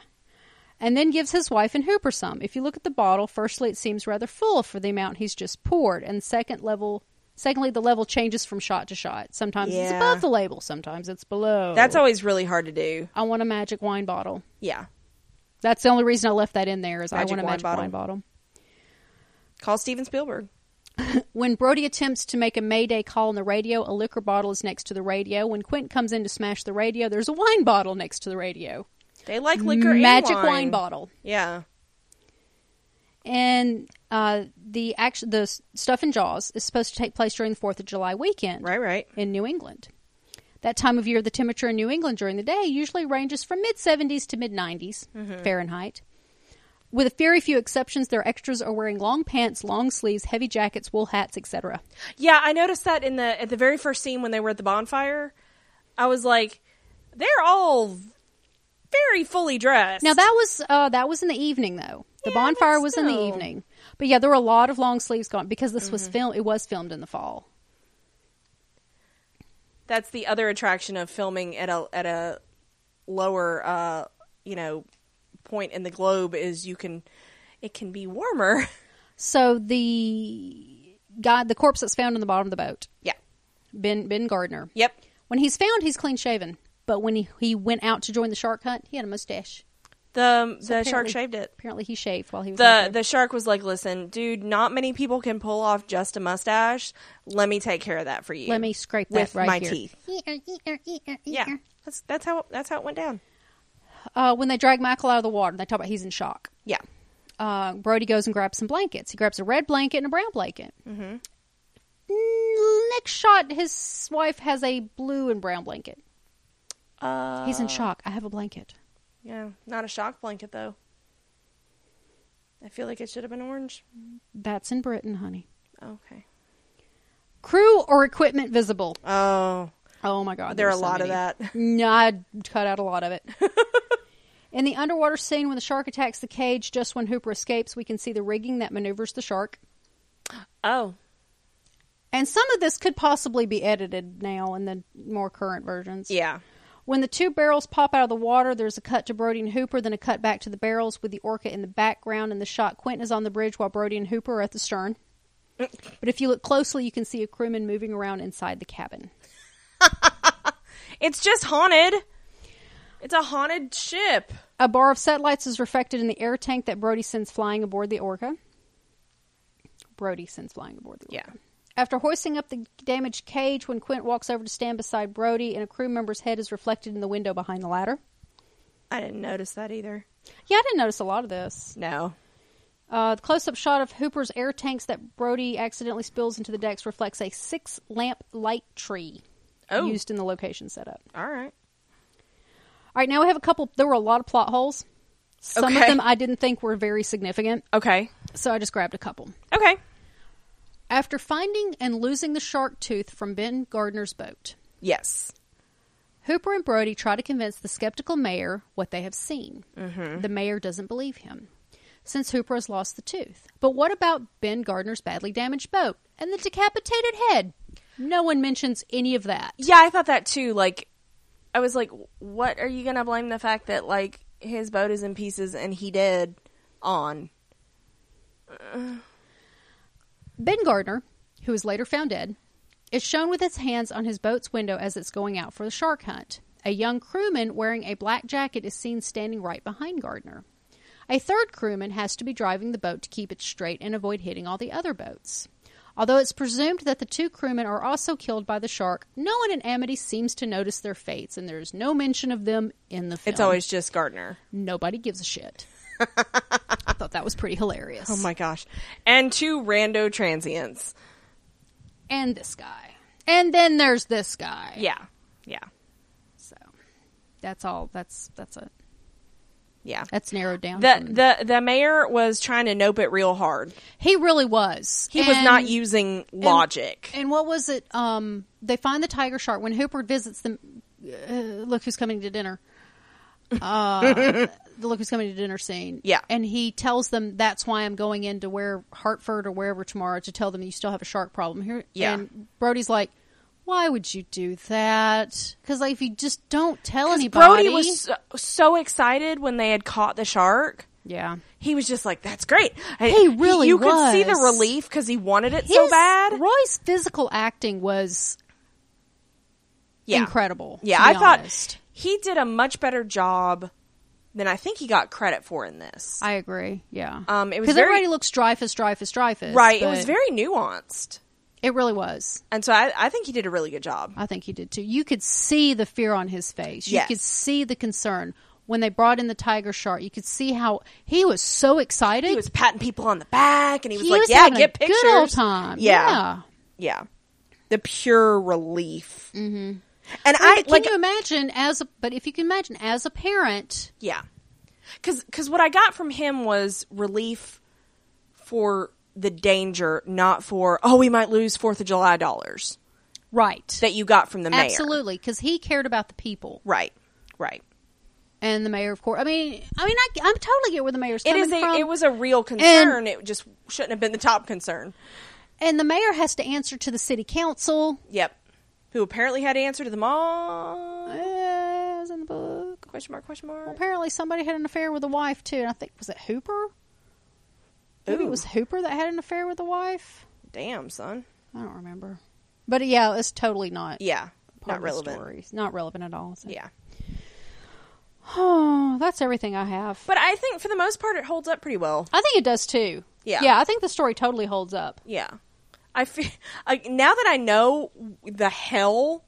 B: And then gives his wife and Hooper some. If you look at the bottle, firstly, it seems rather full for the amount he's just poured, and second level, secondly, the level changes from shot to shot. Sometimes it's
A: Yeah.
B: above the label, sometimes it's below.
A: That's always really hard to do.
B: I want a magic wine bottle.
A: Yeah.
B: That's the only reason I left that in there is
A: Magic
B: I want a
A: wine
B: magic
A: bottle.
B: wine bottle.
A: Call Steven Spielberg.
B: When Brody attempts to make a Mayday call on the radio, a liquor bottle is next to the radio. When Quint comes in to smash the radio, there's a wine bottle next to the radio.
A: They like liquor and
B: Magic
A: wine.
B: wine bottle.
A: Yeah.
B: And uh, the action, the s- stuff in Jaws is supposed to take place during the Fourth of July weekend
A: Right, right.
B: in New England. That time of year, the temperature in New England during the day usually ranges from mid 70s to mid 90s
A: Mm-hmm.
B: Fahrenheit. With a very few exceptions, their extras are wearing long pants, long sleeves, heavy jackets, wool hats, etc.
A: Yeah, I noticed that in the at the very first scene when they were at the bonfire. I was like, they're all very fully dressed.
B: Now that was uh, that was in the evening though. The
A: Yeah,
B: bonfire
A: but
B: was in the
A: still.
B: evening, but yeah, there were a lot of long sleeves gone because this
A: Mm-hmm.
B: was film. It was filmed in the fall.
A: that's the other attraction of filming at a at a lower uh, you know point in the globe is you can it can be warmer.
B: So the guy, the corpse that's found in the bottom of the boat,
A: Yeah.
B: Ben Ben Gardner.
A: Yep.
B: When he's found, he's clean shaven. But when he, he went out to join the shark hunt, he had a mustache.
A: The the shark
B: apparently-
A: shaved it.
B: Apparently, he shaved while he was out
A: The
B: there.
A: the shark was like, "Listen, dude, not many people can pull off just a mustache. Let me take care of that for you.
B: Let me scrape that
A: with
B: right
A: my
B: here.
A: teeth." Yeah. That's that's how that's how it went down.
B: Uh, when they drag Michael out of the water, they talk about he's in shock.
A: Yeah.
B: uh, Brody goes and grabs some blankets. He grabs a red blanket and a brown blanket. Mm-hmm. Next shot, his wife has a blue and brown blanket.
A: Uh,
B: He's in shock. I have a blanket.
A: yeah, not a shock blanket though. I feel like it should have been orange.
B: That's in Britain, honey.
A: Okay.
B: Crew or equipment visible?
A: Oh,
B: Oh my God.
A: there are a
B: so
A: lot of
B: many.
A: that.
B: No, I cut out a lot of it. in the underwater scene when the shark attacks the cage, just when Hooper escapes, we can see the rigging that maneuvers the shark.
A: Oh,
B: And some of this could possibly be edited now in the more current versions.
A: yeah.
B: When the two barrels pop out of the water, there's a cut to Brody and Hooper, then a cut back to the barrels with the orca in the background and the shot. Quint is on the bridge while Brody and Hooper are at the stern. But if you look closely, you can see a crewman moving around inside the cabin.
A: It's just haunted. It's a haunted ship.
B: A bar of satellites is reflected in the air tank that Brody sends flying aboard the orca. Brody sends flying aboard the
A: Yeah.
B: orca. After hoisting up the damaged cage, when Quint walks over to stand beside Brody, and a crew member's head is reflected in the window behind the ladder.
A: I didn't notice that either.
B: Yeah, I didn't notice a lot of this.
A: No.
B: Uh, the close-up shot of Hooper's air tanks that Brody accidentally spills into the decks reflects a six-lamp light tree
A: Oh.
B: used in the location setup.
A: All right.
B: All right, now we have a couple. There were a lot of plot holes. Some of
A: Okay.
B: them I didn't think were very significant,
A: Okay.
B: so I just grabbed a couple.
A: Okay.
B: After finding and losing the shark tooth from Ben Gardner's boat,
A: Yes.
B: Hooper and Brody try to convince the skeptical mayor what they have seen. The mayor doesn't believe him, since Hooper has lost the tooth. But what about Ben Gardner's badly damaged boat and the decapitated head? No one mentions any of that.
A: Yeah, I thought that too. Like, I was like, what are you gonna blame the fact that like his boat is in pieces and he did on?
B: Ben Gardner, who is later found dead, is shown with his hands on his boat's window as it's going out for the shark hunt. A young crewman wearing a black jacket is seen standing right behind Gardner. A third crewman has to be driving the boat to keep it straight and avoid hitting all the other boats. Although it's presumed that the two crewmen are also killed by the shark, no one in Amity seems to notice their fates, and there is no mention of them in the film.
A: It's always just Gardner.
B: nobody gives a shit. I thought that was pretty hilarious.
A: Oh my gosh. And two rando transients.
B: and this guy. And then there's this guy.
A: Yeah. Yeah.
B: So that's all. That's that's it.
A: Yeah.
B: That's narrowed down. from-
A: The the the mayor was trying to nope it real hard.
B: he really was.
A: He was not
B: And-
A: using logic.
B: And what was it? Um, they find the tiger shark when Hooper visits them. Uh, look who's coming to dinner. uh, the look who's coming to dinner scene.
A: Yeah.
B: and he tells them that's why I'm going into where Hartford or wherever tomorrow to tell them you still have a shark problem here.
A: Yeah.
B: and Brody's like, "Why would you do that? Because like if you just don't tell anybody,
A: Brody was so, so excited when they had caught the shark.
B: yeah."
A: He was just like, "That's great." I-
B: He really
A: You could see the
B: was.
A: relief because he wanted it so
B: His-
A: bad.
B: Roy's physical acting was
A: Yeah,
B: incredible.
A: Yeah,
B: to
A: I
B: be honest.
A: thought he did a much better job than I think he got credit for in this.
B: I agree. Yeah,
A: Um, it was
B: because
A: very-
B: everybody looks Dreyfus, Dreyfus, Dreyfus.
A: right, it was
B: but
A: very nuanced,
B: It really was.
A: and so I, I think he did a really good job.
B: I think he did too. You could see the fear on his face. You
A: Yes.
B: could see the concern when they brought in the tiger shark. You could see how he was so excited.
A: He was patting people on the back, and he was
B: He
A: like,
B: was
A: "Yeah,
B: having a
A: get pictures."
B: good old time.
A: Yeah. yeah, the pure relief. Mm-hmm. And
B: I mean,
A: I
B: can
A: like,
B: you imagine as a but if you can imagine as a parent,
A: yeah, because what I got from him was relief for the danger, not for oh, we might lose Fourth of July dollars
B: right?
A: that you got from the mayor.
B: Absolutely, because he cared about the people
A: right, right.
B: and the mayor. Of course, I mean, I mean, I, I totally get where the mayor's
A: It
B: coming
A: is a
B: from.
A: it was a real concern. it just shouldn't have been the top concern.
B: and the mayor has to answer to the city council.
A: Yep, who apparently had answer to them all?
B: As in the book.
A: Question mark? Question mark?
B: Apparently, somebody had an affair with the wife too. And I think was it Hooper? Maybe
A: Ooh.
B: it was Hooper that had an affair with the wife.
A: Damn, son.
B: I don't remember. But yeah, it's totally not.
A: Yeah,
B: part
A: not
B: of the
A: relevant.
B: story. It's Not relevant at all. so.
A: Yeah.
B: Oh, that's everything I have.
A: But I think for the most part, it holds up pretty well.
B: I think it does too.
A: Yeah.
B: Yeah, I think the story totally holds up.
A: Yeah. I feel I, now that I know the hell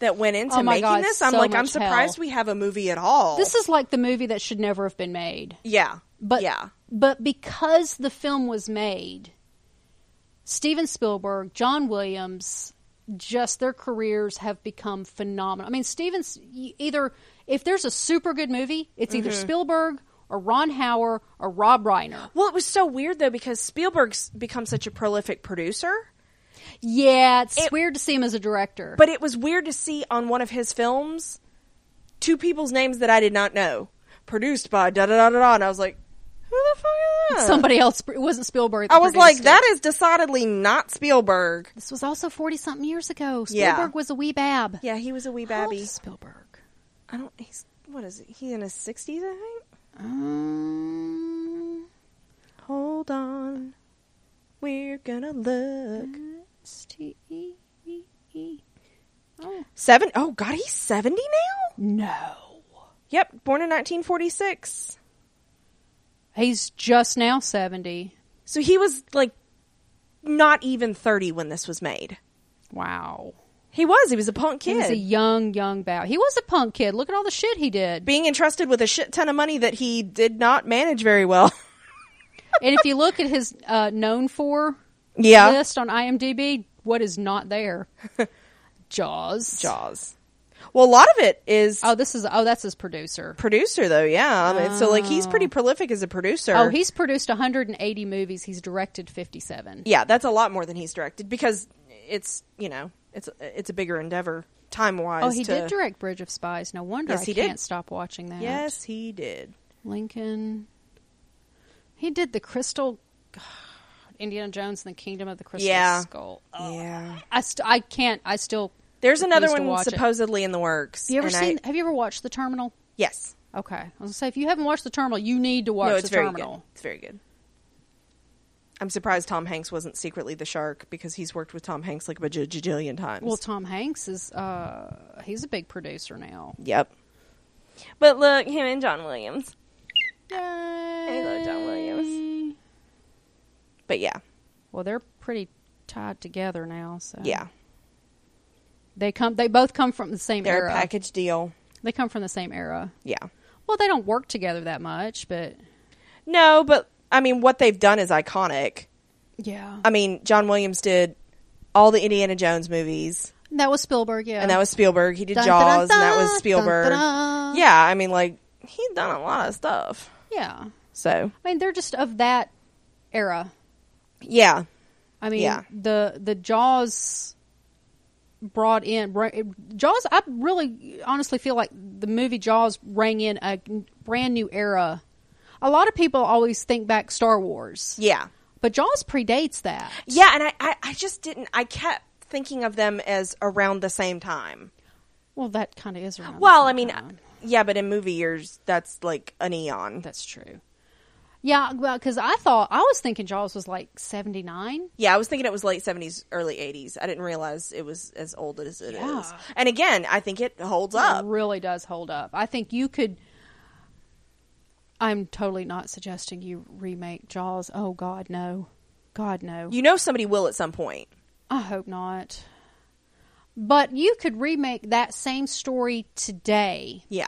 A: that went into
B: Oh my
A: making
B: God,
A: this, I'm
B: so
A: like, I'm
B: much hell.
A: surprised we have a movie at all.
B: This is like the movie that should never have been made.
A: yeah,
B: But
A: yeah,
B: but because the film was made, Steven Spielberg, John Williams, just their careers have become phenomenal. I mean, Steven's y- either if there's a super good movie, it's either
A: Mm-hmm.
B: Spielberg or Ron Howard or Rob Reiner.
A: well, it was so weird though because Spielberg's become such a prolific producer,
B: Yeah, it's
A: It-
B: weird to see him as a director.
A: but it was weird to see on one of his films two people's names that I did not know, produced by da da da da da, and I was like, who the fuck is that?
B: somebody else it wasn't Spielberg. that
A: uh, I was like,
B: produced it.
A: that is decidedly not Spielberg.
B: This was also forty something years ago.
A: Yeah.
B: Spielberg was a wee bab.
A: Yeah, he was a wee
B: How old
A: babby.
B: is Spielberg.
A: I don't. He's what is it? He's in his sixties, I think.
B: Um,
A: Hold on. We're gonna look.
B: S-T-E-E-E. Oh.
A: Seven oh god, he's 70 now?
B: No.
A: Yep, born in 1946.
B: He's just now 70.
A: So he was like not even 30 when this was made.
B: Wow.
A: He was. He was a punk
B: He was
A: kid.
B: a young, young bow. He was a punk kid. Look at all the shit he did.
A: Being entrusted with a shit ton of money that he did not manage very well.
B: and if you look at his uh, known for
A: Yeah.
B: list on IMDb, what is not there? Jaws.
A: Jaws. Well, a lot of it is
B: Oh, this is oh, that's his producer.
A: producer though. Yeah. I mean, so like he's pretty prolific as a producer.
B: Ah. Oh, he's produced 180 movies. He's directed 57.
A: yeah, that's a lot more than he's directed because it's you know it's it's a bigger endeavor time wise.
B: Oh, he did direct Bridge of Spies. No wonder
A: Yes,
B: I
A: he did.
B: can't stop watching that.
A: Yes, he did.
B: Lincoln. He did the Crystal, Indiana Jones and the Kingdom of the Crystal
A: Yeah.
B: Skull. Oh,
A: Yeah,
B: I st- I can't. I still.
A: there's another
B: refuse to
A: one
B: watch it.
A: supposedly in the works.
B: Have you ever
A: and I-
B: seen? have you ever watched The Terminal?
A: yes,
B: Okay, I was gonna say if you haven't watched The Terminal, you need to watch
A: no, it's
B: The
A: very
B: Terminal.
A: good. It's very good. I'm surprised Tom Hanks wasn't secretly the shark because he's worked with Tom Hanks like a baj- bajillion times.
B: Well, Tom Hanks is. Uh, he's a big producer now.
A: yep. But look, him and John Williams.
B: Hello,
A: John Williams. But yeah,
B: Well, they're pretty tied together now. So
A: yeah,
B: they come. They both come from the same
A: they're
B: era.
A: a package deal.
B: They come from the same era.
A: Yeah.
B: Well, they don't work together that much, but
A: No, but I mean, what they've done is iconic.
B: yeah,
A: I mean, John Williams did all the Indiana Jones movies,
B: that was Spielberg. Yeah,
A: and that was Spielberg. He did
B: Dun,
A: Jaws,
B: dun,
A: and that was
B: dun,
A: Spielberg.
B: dun, dun.
A: Yeah, I mean, like he's done a lot of stuff.
B: yeah.
A: So
B: I mean, they're just of that era.
A: yeah,
B: I mean,
A: Yeah.
B: the the Jaws brought in br- Jaws. I really honestly feel like the movie Jaws rang in a n- brand new era. A lot of people always think back Star Wars,
A: Yeah.
B: but Jaws predates that.
A: Yeah, and I, I, I just didn't. I kept thinking of them as around the same time.
B: Well, that kind of is around. the
A: Well,
B: same
A: I mean,
B: time.
A: yeah, but in movie years, that's like an eon.
B: that's true. Yeah, well, because I thought I was thinking Jaws was like seventy nine.
A: Yeah, I was thinking it was late 70s, early 80s. I didn't realize it was as old as it is.
B: Yeah.
A: And again, I think it holds
B: It
A: up.
B: really does hold up. I think you could. I'm totally not suggesting you remake Jaws. Oh God, no, God no.
A: You know, somebody will at some point.
B: I hope not. But you could remake that same story today,
A: Yeah.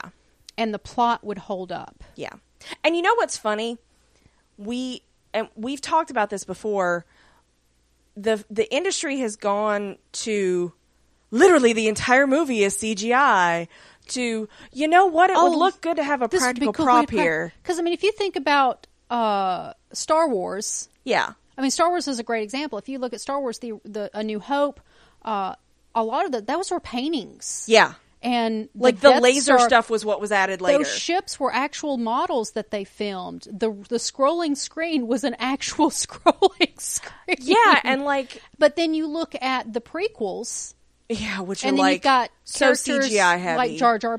B: and the plot would hold up.
A: Yeah. And you know what's funny? We and we've talked about this before. The the industry has gone to literally the entire movie is CGI to you know what it would look good to have a practical prop here.
B: Oh, Because I mean, if you think about uh, Star Wars,
A: yeah.
B: I mean, Star Wars is a great example. If you look at Star Wars, the the A New Hope, uh, a lot of the, those were paintings.
A: Yeah.
B: and the
A: Like the,
B: Death
A: laser
B: Star-
A: stuff was what was added later.
B: Those ships were actual models that they filmed. the The scrolling screen was an actual scrolling screen.
A: yeah, and like
B: but then you look at the prequels,
A: yeah, which
B: and
A: are
B: then
A: like
B: you've got
A: so
B: characters
A: CGI heavy.
B: like Jar Jar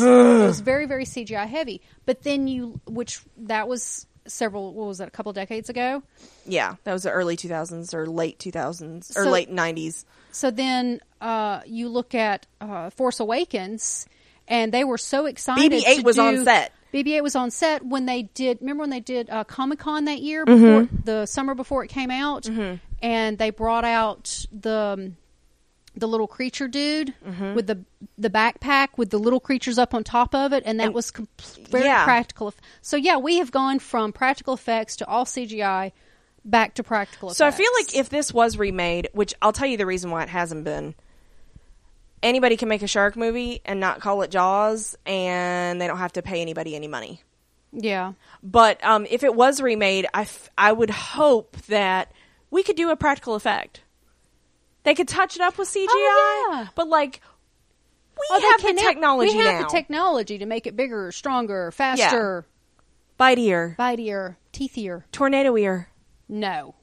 B: it was very very CGI heavy. But then you, which that was several, what was that, a couple decades ago?
A: yeah, that was the early 2000s or late 2000s or
B: So-
A: late 90s.
B: So then uh, you look at uh, Force Awakens, and they were so excited.
A: BB-8
B: to
A: was on
B: do-
A: set.
B: BB-8 was on set when they did. Remember when they did uh, Comic Con that year,
A: Mm-hmm.
B: before, the summer before it came out, and they brought out the um, the little creature dude
A: Mm-hmm.
B: with the the backpack with the little creatures up on top of it, and that was com- very
A: yeah.
B: practical. eff- So yeah, we have gone from practical effects to all CGI, back to practical.
A: So I
B: effects.
A: feel like if this was remade, which I'll tell you the reason why it hasn't been, anybody can make a shark movie and not call it Jaws, and they don't have to pay anybody any money.
B: yeah.
A: But um, if it was remade, I, f- I would hope that we could do a practical effect. They could touch it up with CGI,
B: Oh, yeah.
A: but like we
B: Oh, they
A: have
B: can
A: the
B: now-
A: technology
B: We have
A: now.
B: the technology to make it bigger, stronger, faster,
A: Bite ear,
B: biteier, teethier.
A: tornado ear.
B: No.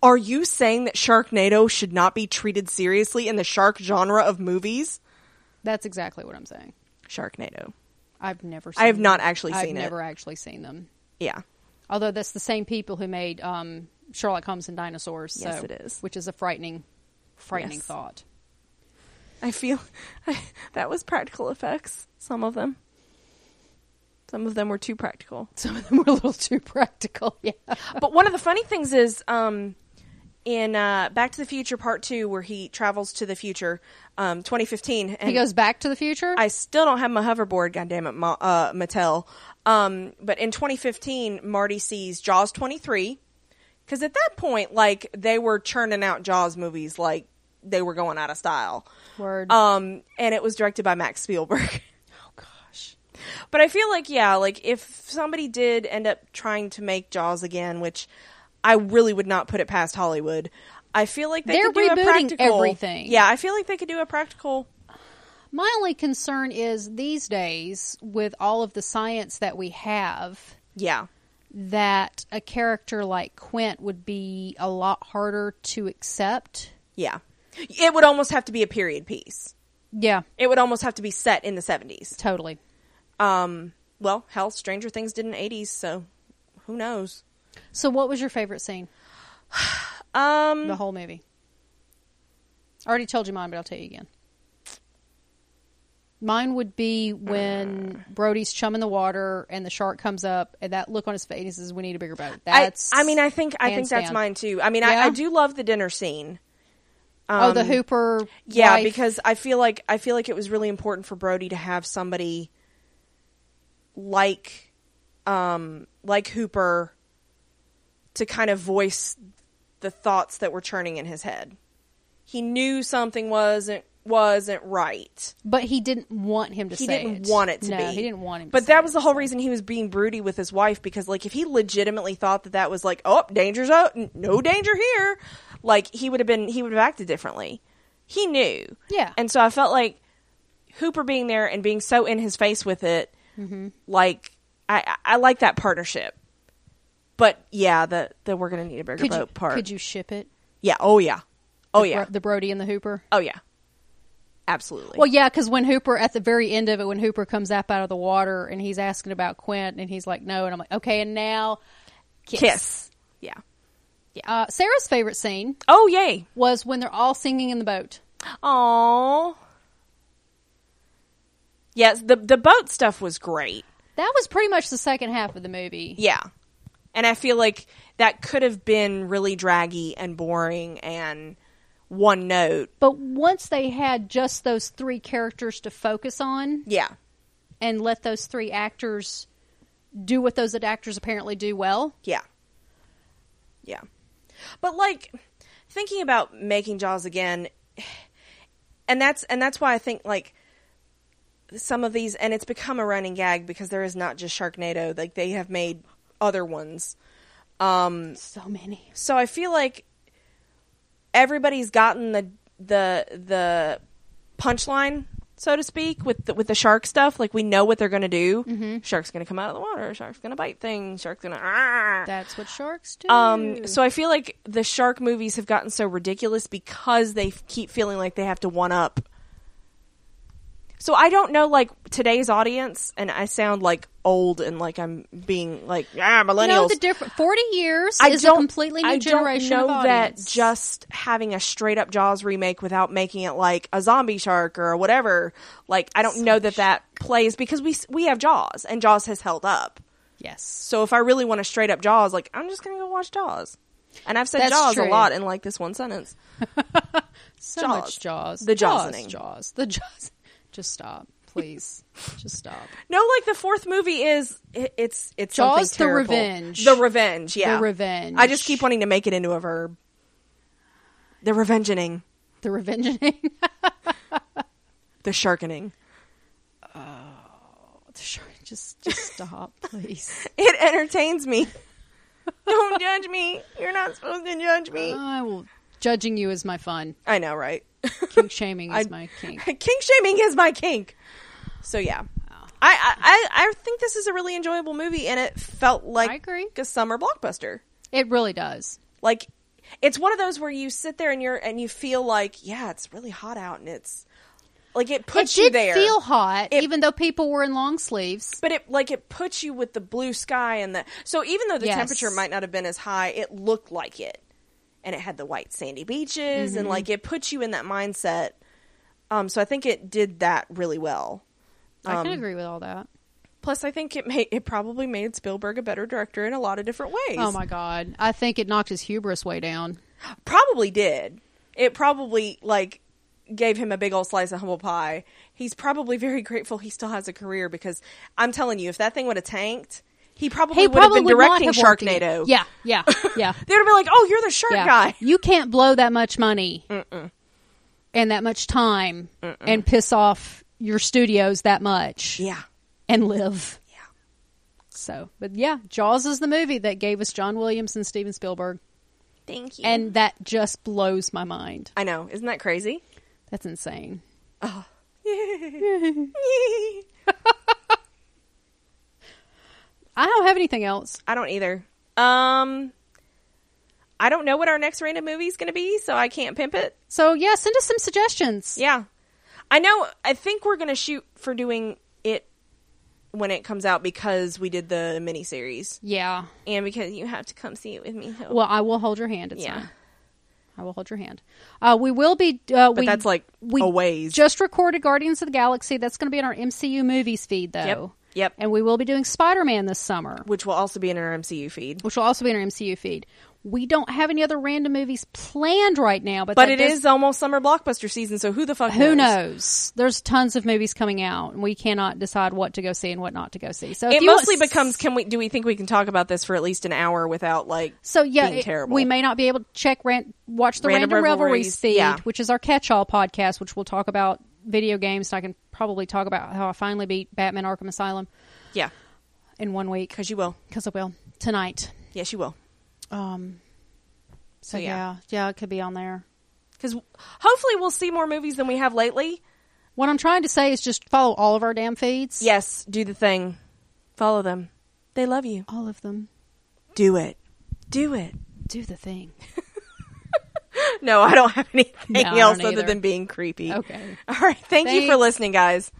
A: Are you saying that Sharknado should not be treated seriously in the shark genre of movies?
B: That's exactly what I'm saying.
A: Sharknado.
B: I've never seen
A: I have not
B: them.
A: actually
B: I've
A: seen it.
B: never actually seen them.
A: Yeah.
B: Although that's the same people who made um, Sherlock Holmes and Dinosaurs. So,
A: Yes, it is.
B: Which is a frightening, frightening
A: Yes.
B: thought.
A: I feel that was practical effects, some of them. Some of them were too practical.
B: Some of them were a little too practical. Yeah.
A: But one of the funny things is um, in uh, Back to the Future Part 2, where he travels to the future, um, 2015. And
B: He goes back to the future.
A: I still don't have my hoverboard, goddammit, Ma- uh, Mattel. Um, but in 2015, Marty sees Jaws 23. Because at that point, like, they were churning out Jaws movies like they were going out of style.
B: Word.
A: Um, and it was directed by Max Spielberg. oh gosh. But I feel like yeah, like if somebody did end up trying to make Jaws again, which I really would not put it past Hollywood. I feel like they
B: They're
A: could do a
B: rebooting
A: practical
B: everything.
A: Yeah, I feel like they could do a practical.
B: My only concern is these days, with all of the science that we have,
A: Yeah.
B: that a character like Quint would be a lot harder to accept.
A: Yeah. It would almost have to be a period piece.
B: Yeah,
A: It would almost have to be set in the 70s.
B: totally.
A: Um, well, hell, Stranger Things did in the 80s, so who knows?
B: So, what was your favorite scene?
A: Um,
B: The whole movie. I already told you mine, but I'll tell you again. Mine would be when Brody's chum in the water and the shark comes up, and that look on his face is, "We need a bigger boat."
A: I,
B: That's.
A: I mean, I think I think
B: hands
A: that's
B: down.
A: mine too. I mean, I, I
B: Yeah?
A: do love the dinner scene.
B: oh, the Hooper.
A: um, Yeah,
B: wife.
A: because I feel like I feel like it was really important for Brody to have somebody like um like Hooper to kind of voice the thoughts that were churning in his head. He knew something wasn't wasn't right.
B: but he didn't want him to.
A: He
B: say
A: didn't want it to
B: no,
A: be.
B: he didn't want him. to
A: But
B: say
A: that was
B: it,
A: the whole
B: so.
A: reason he was being broody with his wife because, like, if he legitimately thought that that was like, oh, danger's out, n- no danger here, like he would have been, he would have acted differently. He knew,
B: Yeah.
A: And so I felt like Hooper being there and being so in his face with it,
B: Mm-hmm.
A: like I, I like that partnership. But yeah, the the we're gonna need a bigger
B: Could you,
A: boat part.
B: could you ship it?
A: Yeah. Oh yeah. Oh yeah.
B: Bro- the Brody and the Hooper.
A: Oh yeah. Absolutely.
B: Well, yeah, because when Hooper at the very end of it, when Hooper comes up out of the water and he's asking about Quint, and he's like, "No," and I'm like, "Okay," and now kiss.
A: kiss. Yeah.
B: Uh, Sarah's favorite scene
A: Oh yay.
B: was when they're all singing in the boat.
A: Oh. Yes, the the boat stuff was great.
B: That was pretty much the second half of the movie.
A: Yeah. And I feel like that could have been really draggy and boring and one note.
B: But once they had just those three characters to focus on
A: Yeah.
B: and let those three actors do what those actors apparently do well,
A: Yeah. Yeah. But like thinking about making Jaws again and that's and that's why I think like some of these and it's become a running gag because there is not just Sharknado, like they have made other ones.
B: so many.
A: So I feel like everybody's gotten the the the punchline, so to speak, with the, with the shark stuff. Like we know what they're going to do.
B: Mm-hmm.
A: Shark's going to come out of the water. Shark's going to bite things. Shark's going to.
B: That's what sharks do.
A: Um, so I feel like the shark movies have gotten so ridiculous because they f- keep feeling like they have to one up. So I don't know, like today's audience, and I sound like old and like I'm being like ah millennials.
B: No, the different forty years is a completely new
A: I
B: generation
A: don't know
B: of
A: that
B: audience.
A: just having a straight up Jaws remake without making it like a zombie shark or whatever. Like I don't know that that plays because we s- we have Jaws and Jaws has held up.
B: yes.
A: So if I really want to straight up Jaws, like I'm just gonna go watch Jaws. And I've said
B: That's
A: Jaws
B: true.
A: a lot in like this one sentence.
B: So
A: Jaws.
B: much Jaws.
A: The
B: Jaws.
A: Jawsening.
B: Jaws. The Jaws. Just stop, please. Just stop.
A: No, like the fourth movie is i- it's it's
B: Jaws
A: something
B: the
A: terrible.
B: Revenge.
A: The revenge, yeah,
B: The Revenge.
A: I just keep wanting to make it into a verb. The revengeing,
B: The revengeing.
A: the sharkening.
B: The shark. Just, just stop, please.
A: It entertains me. Don't judge me. You're not supposed to judge me.
B: I will. Judging you is my fun.
A: I know, right?
B: Kink shaming is
A: I-
B: my kink.
A: kink shaming is my kink. So yeah, I, I I I think this is a really enjoyable movie, and it felt like
B: I agree.
A: a summer blockbuster.
B: It really does.
A: Like it's one of those where you sit there and you're and you feel like yeah, it's really hot out, and it's like it
B: It
A: puts you
B: did
A: there.
B: feel hot,
A: It-
B: even though people were in long sleeves.
A: but it like it puts you with the blue sky and the so even though the
B: Yes.
A: temperature might not have been as high, it looked like it, and it had the white sandy beaches
B: Mm-hmm.
A: and like it puts you in that mindset. Um, so I think it did that really well.
B: I
A: Um,
B: can agree with all that.
A: Plus, I think it made it probably made Spielberg a better director in a lot of different ways.
B: Oh my god! I think it knocked his hubris way down.
A: Probably did. It probably like gave him a big old slice of humble pie. He's probably very grateful he still has a career because I'm telling you, if that thing would have tanked, he probably
B: He
A: would have
B: probably
A: been
B: would not
A: directing
B: have worked it.
A: Sharknado.
B: Yeah, yeah, yeah.
A: they would have been like, "Oh, you're the shark
B: yeah.
A: guy."
B: You can't blow that much money and that much time and piss off your studios that much
A: Yeah,
B: and live.
A: yeah.
B: So, but yeah, Jaws is the movie that gave us John Williams and Steven Spielberg,
A: Thank you.
B: and that just blows my mind.
A: I know, isn't that crazy?
B: That's insane. I don't have anything else.
A: I don't either. Um, I don't know what our next random movie is going to be, so I can't pimp it.
B: So, yeah, send us some suggestions.
A: Yeah. I know I think we're going to shoot for doing it when it comes out because we did the miniseries
B: Yeah.
A: and because you have to come see it with me. Hope.
B: Well, I will hold your hand. It's
A: Yeah.
B: fine. I will hold your hand. Uh, we will be. Uh,
A: but
B: we,
A: that's like
B: we
A: a ways.
B: just recorded Guardians of the Galaxy. That's going to be in our MCU movies feed, though.
A: Yep.
B: And we will be doing Spider Man this summer,
A: which will also be in our MCU feed.
B: which will also be in our MCU feed. We don't have any other random movies planned right now, but
A: But
B: that
A: it
B: does-
A: is almost summer blockbuster season, so who the fuck
B: Who knows? There's tons of movies coming out, and we cannot decide what to go see and what not to go see. So if
A: It
B: you want-
A: mostly becomes can we do we think we can talk about this for at least an hour without like
B: so yeah.
A: being
B: it-
A: terrible.
B: we may not be able to check ran- watch the
A: Random
B: random, revelries
A: Revelries,
B: feed,
A: yeah.
B: which is our catch-all podcast, which we'll talk about video games. I can probably talk about how I finally beat Batman: Arkham Asylum
A: Yeah,
B: in one week.
A: cuz you will.
B: because I will tonight.
A: Yes, you will.
B: Um, so
A: yeah.
B: yeah. yeah, it could be on there.
A: Cuz hopefully we'll see more movies than we have lately.
B: What I'm trying to say is just follow all of our damn feeds.
A: Yes, do the thing. Follow them. They love you.
B: All of them.
A: Do it. Do it.
B: Do the thing.
A: No, I don't have anything
B: No, I don't
A: else other
B: either.
A: than being creepy.
B: Okay.
A: All right. Thank you for
B: Thanks.
A: listening, guys.